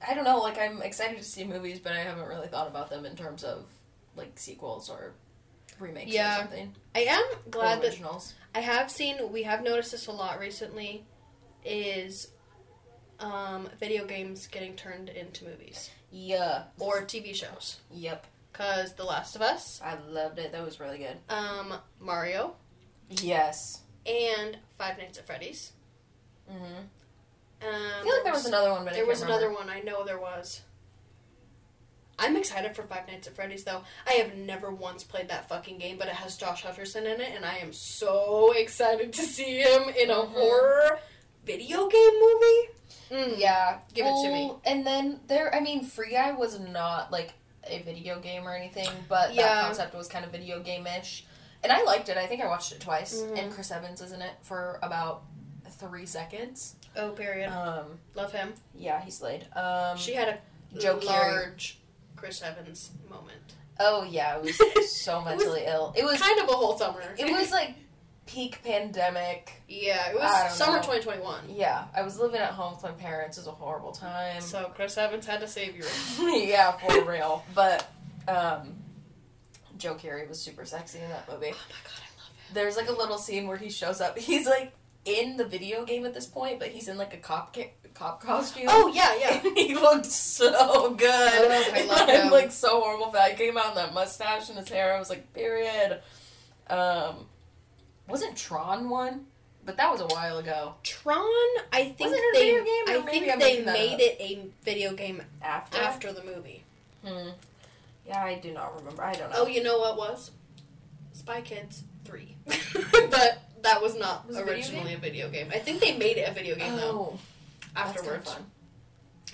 Speaker 1: I don't know. Like I'm excited to see movies, but I haven't really thought about them in terms of like sequels or remakes
Speaker 2: Yeah.
Speaker 1: or something.
Speaker 2: I am glad
Speaker 1: or
Speaker 2: that
Speaker 1: originals.
Speaker 2: I have seen. We have noticed this a lot recently. Is um, video games getting turned into movies
Speaker 1: Yeah.
Speaker 2: or TV shows?
Speaker 1: Yep.
Speaker 2: Because The Last of Us,
Speaker 1: I loved it. That was really good.
Speaker 2: um, Mario,
Speaker 1: Yes.
Speaker 2: and Five Nights at Freddy's.
Speaker 1: hmm
Speaker 2: Um,
Speaker 1: I feel like there was another one, but
Speaker 2: There was another one. I know there was. I'm excited for Five Nights at Freddy's though. I have never once played that fucking game, but it has Josh Hutcherson in it, and I am so excited to see him in a
Speaker 1: Mhm.
Speaker 2: horror video game movie. Mm.
Speaker 1: Yeah.
Speaker 2: Give it to me.
Speaker 1: Well, And then there, I mean, Free Guy was not like a video game or anything, but
Speaker 2: Yeah.
Speaker 1: that concept was kind of video game ish. And I liked it. I think I watched it twice.
Speaker 2: Mhm.
Speaker 1: And Chris Evans is in it for about three seconds.
Speaker 2: Oh, period.
Speaker 1: Um,
Speaker 2: Love him.
Speaker 1: yeah, he slayed. Um,
Speaker 2: she had a
Speaker 1: Joe Carey.
Speaker 2: large Chris Evans moment.
Speaker 1: Oh yeah, it was so
Speaker 2: was-
Speaker 1: mentally ill. It was.
Speaker 2: kind of a whole summer.
Speaker 1: It was like peak pandemic.
Speaker 2: yeah, it
Speaker 1: I
Speaker 2: was
Speaker 1: don't
Speaker 2: summer
Speaker 1: know.
Speaker 2: 2021.
Speaker 1: Yeah, I was living at home with my parents. It was a horrible time.
Speaker 2: So Chris Evans had to save you.
Speaker 1: Oh yeah, for real. But um, Joe Carey was super sexy in that movie.
Speaker 2: Oh my god, I love him.
Speaker 1: There's like a little scene where he shows up. He's like in the video game at this point, but he's in like a cop ca- cop costume.
Speaker 2: Oh yeah, yeah.
Speaker 1: And he looked so good.
Speaker 2: Oh, I love
Speaker 1: am
Speaker 2: him.
Speaker 1: like so horrible for that. He came out in that mustache and his hair. I was like, period. Um, wasn't Tron one? But that was a while ago.
Speaker 2: Tron, I think
Speaker 1: it a
Speaker 2: they,
Speaker 1: video game, or
Speaker 2: I
Speaker 1: maybe
Speaker 2: think
Speaker 1: I'm
Speaker 2: they
Speaker 1: making that
Speaker 2: made
Speaker 1: up?
Speaker 2: it a video game
Speaker 1: After.
Speaker 2: after the movie.
Speaker 1: Hmm. Yeah, I do not remember. I don't know.
Speaker 2: Oh, you know what was Spy Kids Three, but that was not
Speaker 1: Was it a video
Speaker 2: originally a video game. I think they made it a video game though
Speaker 1: Oh, that's kinda
Speaker 2: afterwards,
Speaker 1: fun.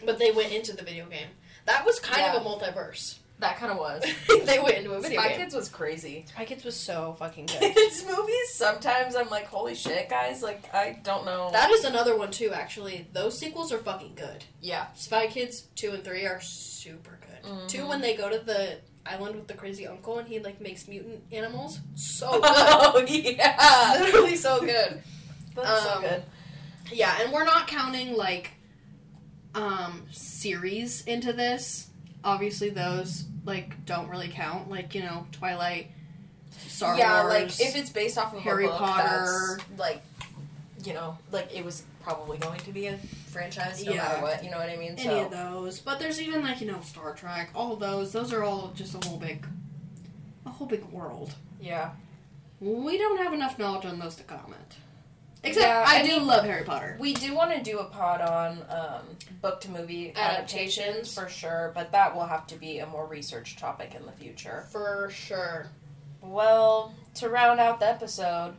Speaker 2: but they went into the video game. That was kind
Speaker 1: Yeah.
Speaker 2: of a multiverse.
Speaker 1: That kind of was.
Speaker 2: they went into a video
Speaker 1: Spy
Speaker 2: game.
Speaker 1: Kids was crazy.
Speaker 2: Spy Kids was so fucking
Speaker 1: Kids movies, sometimes I'm like, holy shit, guys. Like, I don't know.
Speaker 2: that is another one too. Actually, those sequels are fucking good.
Speaker 1: yeah.
Speaker 2: Spy Kids two and three are super good. Two
Speaker 1: Mhm.
Speaker 2: when they go to the island with the crazy uncle and he like makes mutant animals. So good.
Speaker 1: Oh, yeah.
Speaker 2: Literally so good.
Speaker 1: That's so
Speaker 2: Um,
Speaker 1: good.
Speaker 2: Yeah, and we're not counting like um series into this. Obviously those like don't really count. Like, you know, Twilight, Star
Speaker 1: yeah,
Speaker 2: Wars.
Speaker 1: like if it's based off of
Speaker 2: Harry
Speaker 1: a book,
Speaker 2: Potter.
Speaker 1: that's, like you know, like it was probably going to be a franchise no
Speaker 2: Yeah.
Speaker 1: matter what. You know what I mean?
Speaker 2: any
Speaker 1: so
Speaker 2: of those. But there's even like, you know, Star Trek, all of those. Those are all just a whole big a whole big world.
Speaker 1: yeah,
Speaker 2: We don't have enough knowledge on those to comment. Except
Speaker 1: Yeah,
Speaker 2: I,
Speaker 1: I
Speaker 2: do
Speaker 1: mean-
Speaker 2: love Harry Potter.
Speaker 1: We do want to do a pod on um, book to movie
Speaker 2: Adaptations.
Speaker 1: adaptations for sure, but that will have to be a more research topic in the future.
Speaker 2: For sure.
Speaker 1: Well, to round out the episode,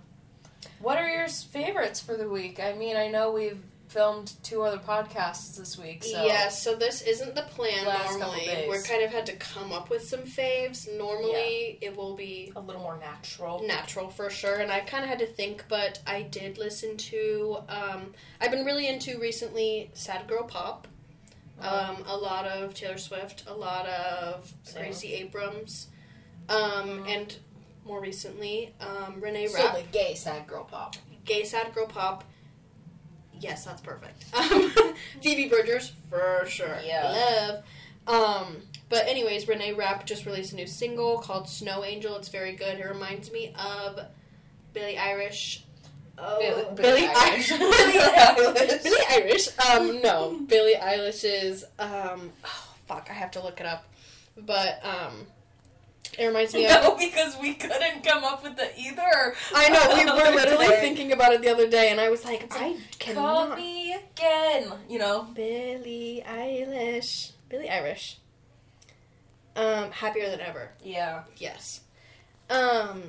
Speaker 1: what are your s- favorites for the week? I mean, I know we've filmed two other podcasts this week, so
Speaker 2: yeah, so this isn't the plan
Speaker 1: Last couple
Speaker 2: normally.
Speaker 1: days.
Speaker 2: We're kind of had to come up with some faves. Normally it will be
Speaker 1: a little more natural.
Speaker 2: natural for sure and i kind of had to think but i did listen to um, i've been really into recently sad girl pop
Speaker 1: Uh,
Speaker 2: um, a lot of taylor swift a lot of
Speaker 1: Uh-huh. Same.
Speaker 2: gracie abrams um,
Speaker 1: Mhm.
Speaker 2: and more recently um, renee
Speaker 1: So
Speaker 2: rapp
Speaker 1: the gay sad girl pop.
Speaker 2: gay sad girl pop yes that's perfect um, phoebe bridgers for sure
Speaker 1: Yeah.
Speaker 2: love um, but anyways renee rapp just released a new single called snow angel it's very good it reminds me of billie irish Oh,
Speaker 1: Billie-
Speaker 2: Billie
Speaker 1: Billie
Speaker 2: Irish.
Speaker 1: Eilish.
Speaker 2: Billie Eilish. Billie Irish. Um, no, Billie Eilish's. Um, oh, fuck, I have to look it up. But um, it reminds me of.
Speaker 1: No, because we couldn't come up with the either.
Speaker 2: I know we were
Speaker 1: Other
Speaker 2: literally
Speaker 1: day.
Speaker 2: thinking about it the other day, and I was like, I
Speaker 1: Call
Speaker 2: cannot.
Speaker 1: me again. You know,
Speaker 2: Billie Eilish. Billie Irish. Um, happier than ever.
Speaker 1: yeah.
Speaker 2: Yes. Um,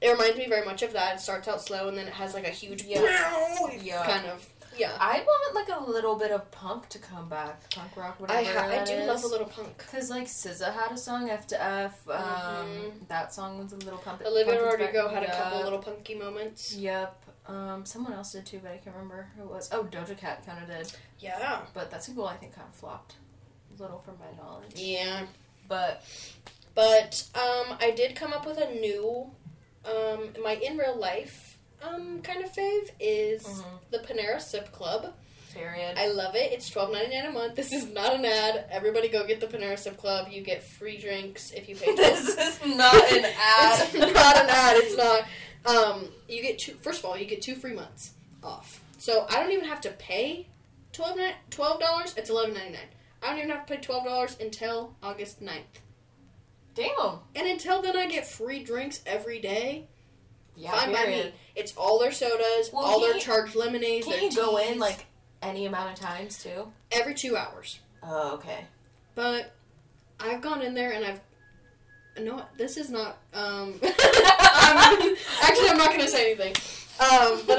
Speaker 2: it reminds me very much of that. It starts out slow and then it has like a huge
Speaker 1: Yeah.
Speaker 2: kind of yeah.
Speaker 1: I want like a little bit of punk to come back, punk rock, whatever.
Speaker 2: I ha- I
Speaker 1: that
Speaker 2: do
Speaker 1: is.
Speaker 2: love a little punk.
Speaker 1: Cause like SZA had a song F to F. Um,
Speaker 2: Mhm.
Speaker 1: That song was a little pump.
Speaker 2: Olivia
Speaker 1: Pumpkin's back-
Speaker 2: Rodrigo had a couple
Speaker 1: Yep.
Speaker 2: little punky moments.
Speaker 1: Yep. Um, someone else did too, but I can't remember who it was. Oh, Doja Cat kind of did,
Speaker 2: Yeah.
Speaker 1: but that single I think kind of flopped. A little from my knowledge.
Speaker 2: Yeah.
Speaker 1: But
Speaker 2: But um, I did come up with a new um, my in real life um, kind of fave is
Speaker 1: Mhm.
Speaker 2: the Panera Sip Club.
Speaker 1: period.
Speaker 2: Mm-hmm. I love it. It's twelve ninety nine a month. This is not an ad. Everybody go get the Panera Sip Club. You get free drinks if you pay.
Speaker 1: this is not an ad.
Speaker 2: it's not an ad. It's not. Um, you get two. First of all, you get two free months off. So I don't even have to pay twelve dollars. It's eleven ninety nine. I don't even have to pay twelve dollars until August 9th.
Speaker 1: Damn.
Speaker 2: and until then I get free drinks every day.
Speaker 1: Yeah.
Speaker 2: Fine by
Speaker 1: period.
Speaker 2: me. It's all their sodas,
Speaker 1: Well,
Speaker 2: all
Speaker 1: can
Speaker 2: their
Speaker 1: you-
Speaker 2: charged lemonades.
Speaker 1: Can
Speaker 2: their
Speaker 1: you go in
Speaker 2: teas,
Speaker 1: like any amount of times too?
Speaker 2: every two hours?
Speaker 1: Oh, okay.
Speaker 2: But I've gone in there and I've no, this is not. Um, I'm- actually, I'm not gonna say anything. Um, but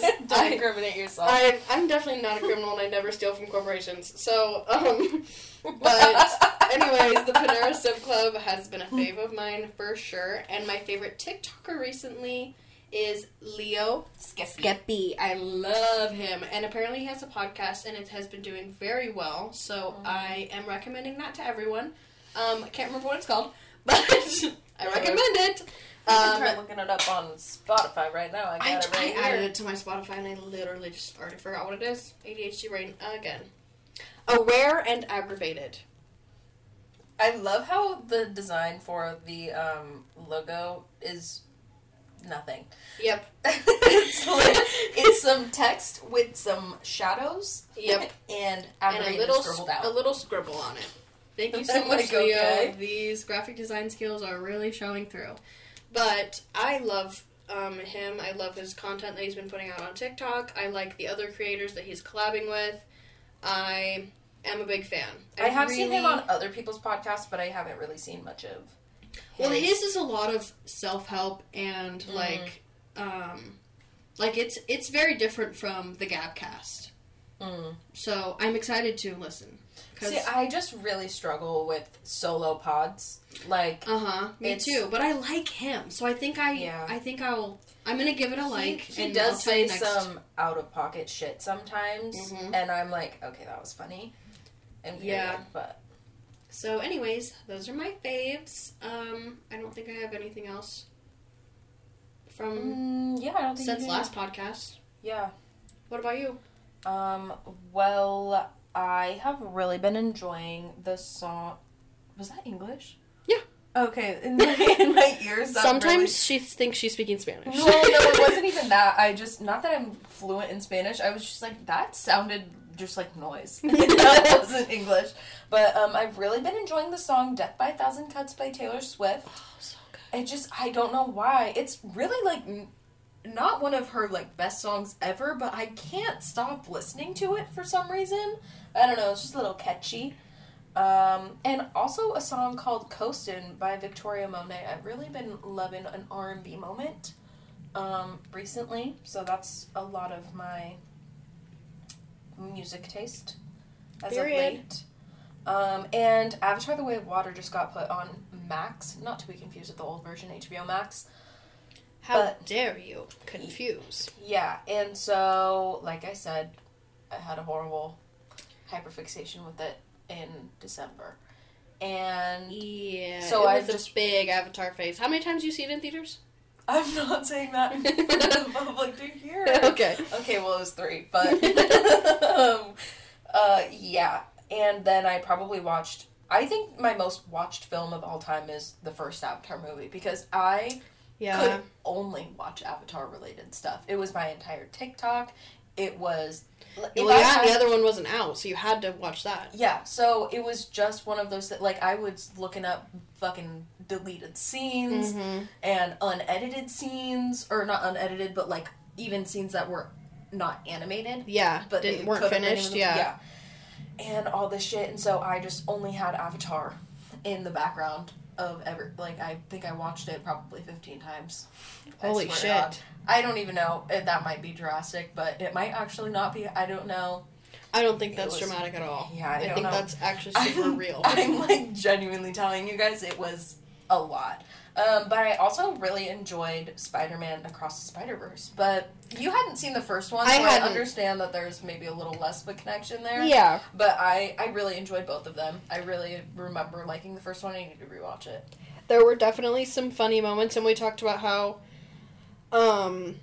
Speaker 1: don't
Speaker 2: I,
Speaker 1: incriminate yourself.
Speaker 2: I I'm definitely not a criminal and I never steal from corporations. So um, but anyways, the Panera Sip Club has been a fave of mine for sure, and my favorite TikToker recently is Leo
Speaker 1: Skeppy.
Speaker 2: Geppy. I love him, and apparently he has a podcast, and it has been doing very well. So I am recommending that to everyone. Um, I can't remember what it's called, but I recommend it.
Speaker 1: You can try
Speaker 2: Um,
Speaker 1: looking it up on Spotify right now. I got
Speaker 2: I,
Speaker 1: it right
Speaker 2: I
Speaker 1: here.
Speaker 2: added it to my Spotify and I literally just already forgot what it is. ADHD brain again. Aware and aggravated.
Speaker 1: I love how the design for the um, logo is nothing.
Speaker 2: Yep.
Speaker 1: it's, like, it's some text with some shadows.
Speaker 2: Yep.
Speaker 1: And
Speaker 2: And a
Speaker 1: aggravated
Speaker 2: little
Speaker 1: scribbled
Speaker 2: s-
Speaker 1: out.
Speaker 2: a little scribble on it. Thank you so
Speaker 1: I'm
Speaker 2: much,
Speaker 1: like, okay.
Speaker 2: Leo. These graphic design skills are really showing through. But I love um, him. I love his content that he's been putting out on TikTok. I like the other creators that he's collabing with. I am a big fan.
Speaker 1: I have seen him
Speaker 2: really-
Speaker 1: on other people's podcasts, but I haven't really seen much of.
Speaker 2: Well, his Mm-hmm. is a lot of self help and like, um, like it's it's very different from the Gabcast.
Speaker 1: Mm.
Speaker 2: So I'm excited to listen.
Speaker 1: See, I just really struggle with solo pods. Like,
Speaker 2: uh huh, me
Speaker 1: it's-
Speaker 2: too. But I like him, so I think I
Speaker 1: Yeah.
Speaker 2: I think I'll I'm gonna give it a like.
Speaker 1: he, he
Speaker 2: and I'll
Speaker 1: does
Speaker 2: tell you
Speaker 1: say
Speaker 2: next.
Speaker 1: some out of pocket shit sometimes,
Speaker 2: Mhm.
Speaker 1: and I'm like, okay, that was funny. And weird,
Speaker 2: Yeah.
Speaker 1: but
Speaker 2: So, anyways, those are my faves. Um, I don't think I have anything else from
Speaker 1: Mm, yeah, I don't think
Speaker 2: Mm-hmm. since
Speaker 1: you-
Speaker 2: last podcast.
Speaker 1: Yeah.
Speaker 2: What about you?
Speaker 1: Um. Well, I have really been enjoying the song. Was that English?
Speaker 2: Yeah.
Speaker 1: Okay. In, my- in my ears. that really-
Speaker 2: she thinks she's speaking Spanish.
Speaker 1: No, no, it wasn't even that. I just not that I'm fluent in Spanish. I was just like that sounded just like noise. that wasn't English. But um, I've really been enjoying the song "Death by a Thousand Cuts" by Taylor Swift.
Speaker 2: Oh, so good.
Speaker 1: It just I don't know why. It's really like n- not one of her like best songs ever, but I can't stop listening to it for some reason. I don't know, it's just a little catchy. Um, and also a song called "Coastin" by Victoria Monet. I've really been loving an R and B moment um, recently, so that's a lot of my music taste as of
Speaker 2: Period.
Speaker 1: late. Um, and Avatar: The Way of Water just got put on Max, not to be confused with the old version HBO Max.
Speaker 2: How
Speaker 1: But-
Speaker 2: dare you confuse?
Speaker 1: Yeah, and so, like I said, I had a horrible hyperfixation with it in December. And
Speaker 2: Yeah.
Speaker 1: So
Speaker 2: it
Speaker 1: I
Speaker 2: was a
Speaker 1: just-
Speaker 2: big Avatar phase. How many times do you see it in theaters?
Speaker 1: I'm not saying that in front of the public to hear. Okay, well, it was three, but. um, uh, yeah. And then I probably watched. I think my most watched film of all time is the first Avatar movie because I
Speaker 2: Yeah.
Speaker 1: could only watch Avatar related stuff. It was my entire TikTok. It was. if I
Speaker 2: well, yeah,
Speaker 1: had-
Speaker 2: the other one wasn't out, so you had to watch that.
Speaker 1: Yeah, so it was just one of those that, like, I was looking up fucking deleted
Speaker 2: Mm-hmm.
Speaker 1: scenes and unedited scenes, or not unedited, but like even scenes that were not animated,
Speaker 2: Yeah,
Speaker 1: but
Speaker 2: but didn't
Speaker 1: they
Speaker 2: weren't
Speaker 1: could've been
Speaker 2: finished.
Speaker 1: animated.
Speaker 2: Yeah.
Speaker 1: yeah, and all this shit, and so I just only had Avatar in the background of every. Like, I think I watched it probably fifteen times. I
Speaker 2: Holy
Speaker 1: swear to
Speaker 2: shit.
Speaker 1: God. I don't even know. eh, That might be drastic, but it might actually not be. I don't know.
Speaker 2: I don't think
Speaker 1: It
Speaker 2: that's
Speaker 1: was-
Speaker 2: dramatic at all.
Speaker 1: Yeah, I,
Speaker 2: I,
Speaker 1: don't
Speaker 2: think
Speaker 1: know.
Speaker 2: that's actually super
Speaker 1: I'm,
Speaker 2: real.
Speaker 1: I'm like genuinely telling you guys it was a lot. Um, but I also really enjoyed Spider Man Across the Spider Verse. But you hadn't seen the first one,
Speaker 2: I
Speaker 1: so I,
Speaker 2: hadn't.
Speaker 1: understand that there's maybe a little less of a connection there.
Speaker 2: yeah.
Speaker 1: But I, I really enjoyed both of them. I really remember liking the first one. I need to rewatch it.
Speaker 2: There were definitely some funny moments and we talked about how um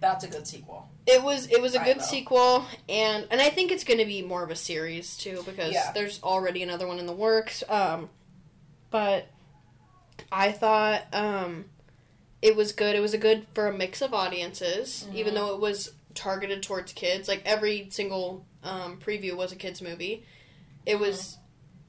Speaker 1: That's a good sequel.
Speaker 2: it was it was a
Speaker 1: I
Speaker 2: good
Speaker 1: know.
Speaker 2: sequel and and I think it's going to be more of a series too because
Speaker 1: Yeah.
Speaker 2: there's already another one in the works um but I thought um it was good it was a good for a mix of audiences even
Speaker 1: Mhm.
Speaker 2: though it was targeted towards kids like every single um preview was a kids movie it
Speaker 1: Mm-hmm.
Speaker 2: was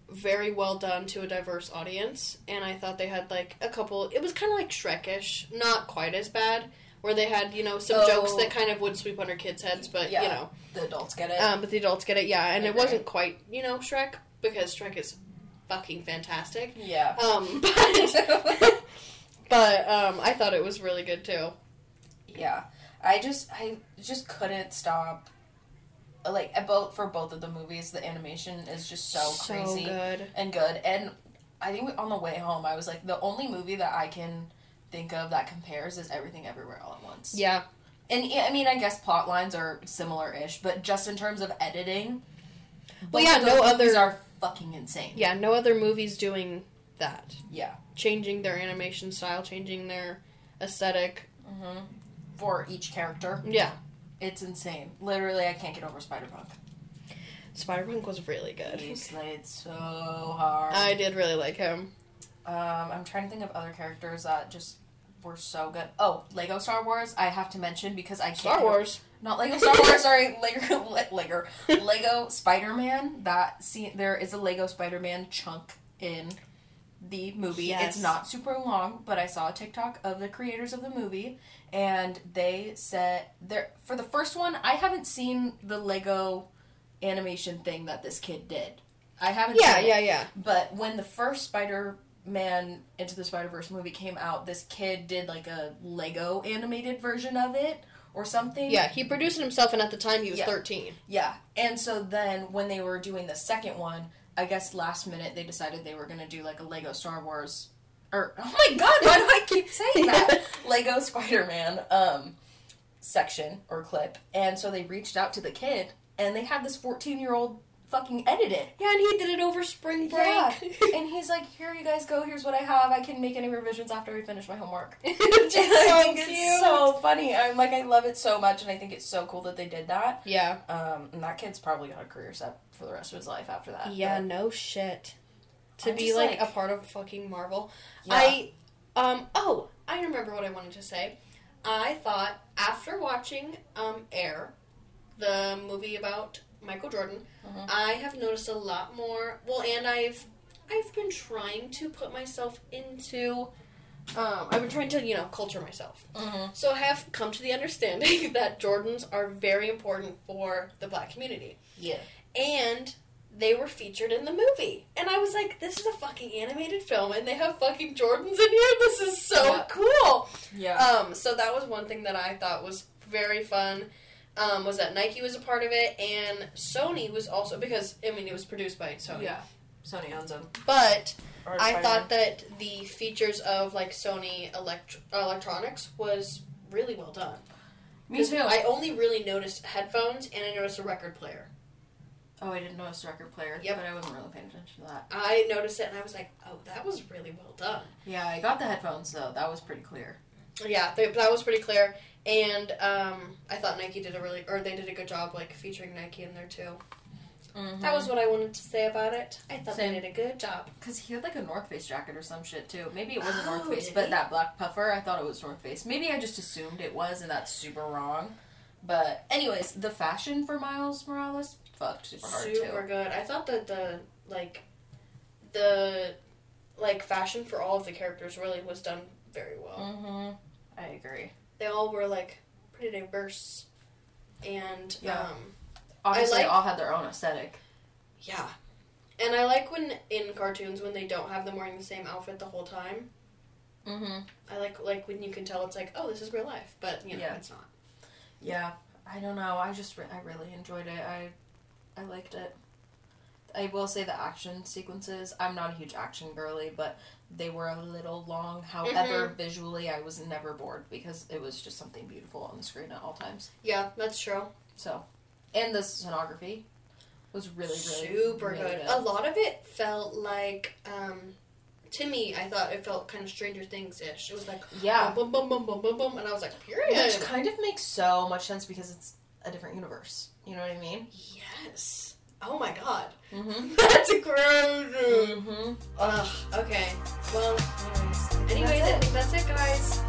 Speaker 2: very well done to a diverse audience and I thought they had like a couple it was kind of like Shrekish not quite as bad where they had you know some
Speaker 1: Oh.
Speaker 2: jokes that kind of would sweep under kids heads but you
Speaker 1: Yeah.
Speaker 2: know
Speaker 1: The adults get it.
Speaker 2: um, but the adults get it yeah and
Speaker 1: I
Speaker 2: it
Speaker 1: agree.
Speaker 2: wasn't quite you know Shrek because Shrek is fucking fantastic
Speaker 1: yeah.
Speaker 2: um but but um I thought it was really good too
Speaker 1: Yeah, I just I just couldn't stop. Like about for both of the movies, the animation is just so, crazy
Speaker 2: good
Speaker 1: and good. And I think on the way home, I was like, the only movie that I can think of that compares is Everything Everywhere All at Once.
Speaker 2: yeah
Speaker 1: And yeah, I mean, I guess plot lines are similar-ish, but just in terms of editing, both
Speaker 2: yeah,
Speaker 1: of
Speaker 2: no
Speaker 1: those movies
Speaker 2: other-
Speaker 1: are fucking insane.
Speaker 2: yeah no other movies doing that
Speaker 1: Yeah.
Speaker 2: changing their animation style changing their aesthetic
Speaker 1: hmm For each character,
Speaker 2: yeah
Speaker 1: it's insane. Literally, I can't get over Spider Punk.
Speaker 2: Spider Punk was really good.
Speaker 1: He slayed so hard.
Speaker 2: I did really like him.
Speaker 1: Um, I'm trying to think of other characters that just were so good. Oh, Lego Star Wars. I have to mention because I can't.
Speaker 2: Star Wars.
Speaker 1: Not Lego Star Wars. sorry, Lego. Le- Lego. Lego Spider Man. That see, there is a Lego Spider Man chunk in the movie.
Speaker 2: Yes.
Speaker 1: It's not super long, but I saw a TikTok of the creators of the movie, and they said there for the first one. I haven't seen the Lego animation thing that this kid did. I haven't.
Speaker 2: Yeah,
Speaker 1: seen it.
Speaker 2: yeah, yeah.
Speaker 1: But when the first Spider Man Into the Spider Verse movie came out, this kid did like a Lego animated version of it or something.
Speaker 2: Yeah, he produced it himself, and at the time he was
Speaker 1: Yeah.
Speaker 2: 13.
Speaker 1: Yeah. And so then when they were doing the second one, I guess last minute they decided they were going to do like a Lego Star Wars. Or, oh my god, why do I keep saying that? Lego Spider Man um, section or clip. And so they reached out to the kid and they had this 14 year old fucking edit it.
Speaker 2: Yeah, and he did it over spring break.
Speaker 1: Yeah. and he's like, "Here you guys go. Here's what I have. I can make any revisions after I finish my homework."
Speaker 2: It's
Speaker 1: And I
Speaker 2: so
Speaker 1: think
Speaker 2: cute.
Speaker 1: it's so funny. I'm like, I love it so much, and I think it's so cool that they did that.
Speaker 2: yeah.
Speaker 1: Um, and that kid's probably got a career set for the rest of his life after that. but-
Speaker 2: no shit. To
Speaker 1: I'm
Speaker 2: be
Speaker 1: just
Speaker 2: like,
Speaker 1: like-
Speaker 2: a part of fucking Marvel.
Speaker 1: yeah.
Speaker 2: I, um, oh, I remember what I wanted to say. I thought after watching um Air, the movie about Michael Jordan,
Speaker 1: Mhm.
Speaker 2: I have noticed a lot more. Well, and I've I've been trying to put myself into um, I've been trying to, you know, culture myself.
Speaker 1: Mm-hmm.
Speaker 2: So I have come to the understanding that Jordans are very important for the black community.
Speaker 1: Yeah.
Speaker 2: And they were featured in the movie. And I was like, this is a fucking animated film and they have fucking Jordans in here. This is so
Speaker 1: Yeah.
Speaker 2: cool.
Speaker 1: Yeah.
Speaker 2: Um, so that was one thing that I thought was very fun. Um, was that Nike was a part of it and Sony was also because I mean it was produced by Sony.
Speaker 1: yeah. Sony owns them.
Speaker 2: But
Speaker 1: Or
Speaker 2: I
Speaker 1: Spider-Man.
Speaker 2: thought that the features of like Sony elect- electronics was really well done.
Speaker 1: Me
Speaker 2: 'Cause
Speaker 1: too.
Speaker 2: I only really noticed headphones and I noticed a record player.
Speaker 1: oh, I didn't notice record player.
Speaker 2: Yep.
Speaker 1: But I wasn't really paying attention to that.
Speaker 2: I noticed it and I was like, oh, that was really well done.
Speaker 1: Yeah, I got the headphones though. That was pretty clear.
Speaker 2: Yeah, they, that was pretty clear. And um, I thought Nike did a really, or they did a good job like featuring Nike in there too.
Speaker 1: Mm-hmm.
Speaker 2: That was what I wanted to say about it. I thought
Speaker 1: Same.
Speaker 2: they did a good job.
Speaker 1: because he had like a North Face jacket or some shit too. Maybe it wasn't North
Speaker 2: Oh,
Speaker 1: Face,
Speaker 2: did
Speaker 1: but
Speaker 2: he?
Speaker 1: that black puffer. I thought it was North Face. Maybe I just assumed it was, and that's super wrong. But anyways, the fashion for Miles Morales fucked super hard
Speaker 2: Super good. I thought that the like the like fashion for all of the characters really was done very well.
Speaker 1: too. Mm-hmm. I agree.
Speaker 2: they all were like pretty diverse and
Speaker 1: Yeah.
Speaker 2: um
Speaker 1: Obviously,
Speaker 2: like-
Speaker 1: they all had their own aesthetic.
Speaker 2: yeah and i like when in cartoons when they don't have them wearing the same outfit the whole time
Speaker 1: Mm-hmm.
Speaker 2: i like like when you can tell it's like oh this is real life but you know
Speaker 1: Yeah.
Speaker 2: it's not
Speaker 1: Yeah, I don't know. I just re- I really enjoyed it. I I liked it. I will say the action sequences. I'm not a huge action girly, but they were a little long. However,
Speaker 2: Mm-hmm.
Speaker 1: visually, I was never bored because it was just something beautiful on the screen at all times.
Speaker 2: yeah that's true
Speaker 1: So, and the sonography was really really
Speaker 2: super
Speaker 1: really
Speaker 2: good. a lot of it felt like um to me i thought it felt kind of stranger things ish it was like
Speaker 1: Yeah,
Speaker 2: bum bum bum bum bum bum and i was like
Speaker 1: which
Speaker 2: period
Speaker 1: kind of makes so much sense because it's a different universe. You know what I mean?
Speaker 2: yes oh my god
Speaker 1: Mm-hmm.
Speaker 2: that's crazy
Speaker 1: Mm-hmm.
Speaker 2: Ugh, okay well
Speaker 1: Anyways,
Speaker 2: Anyways, I think that's it, guys.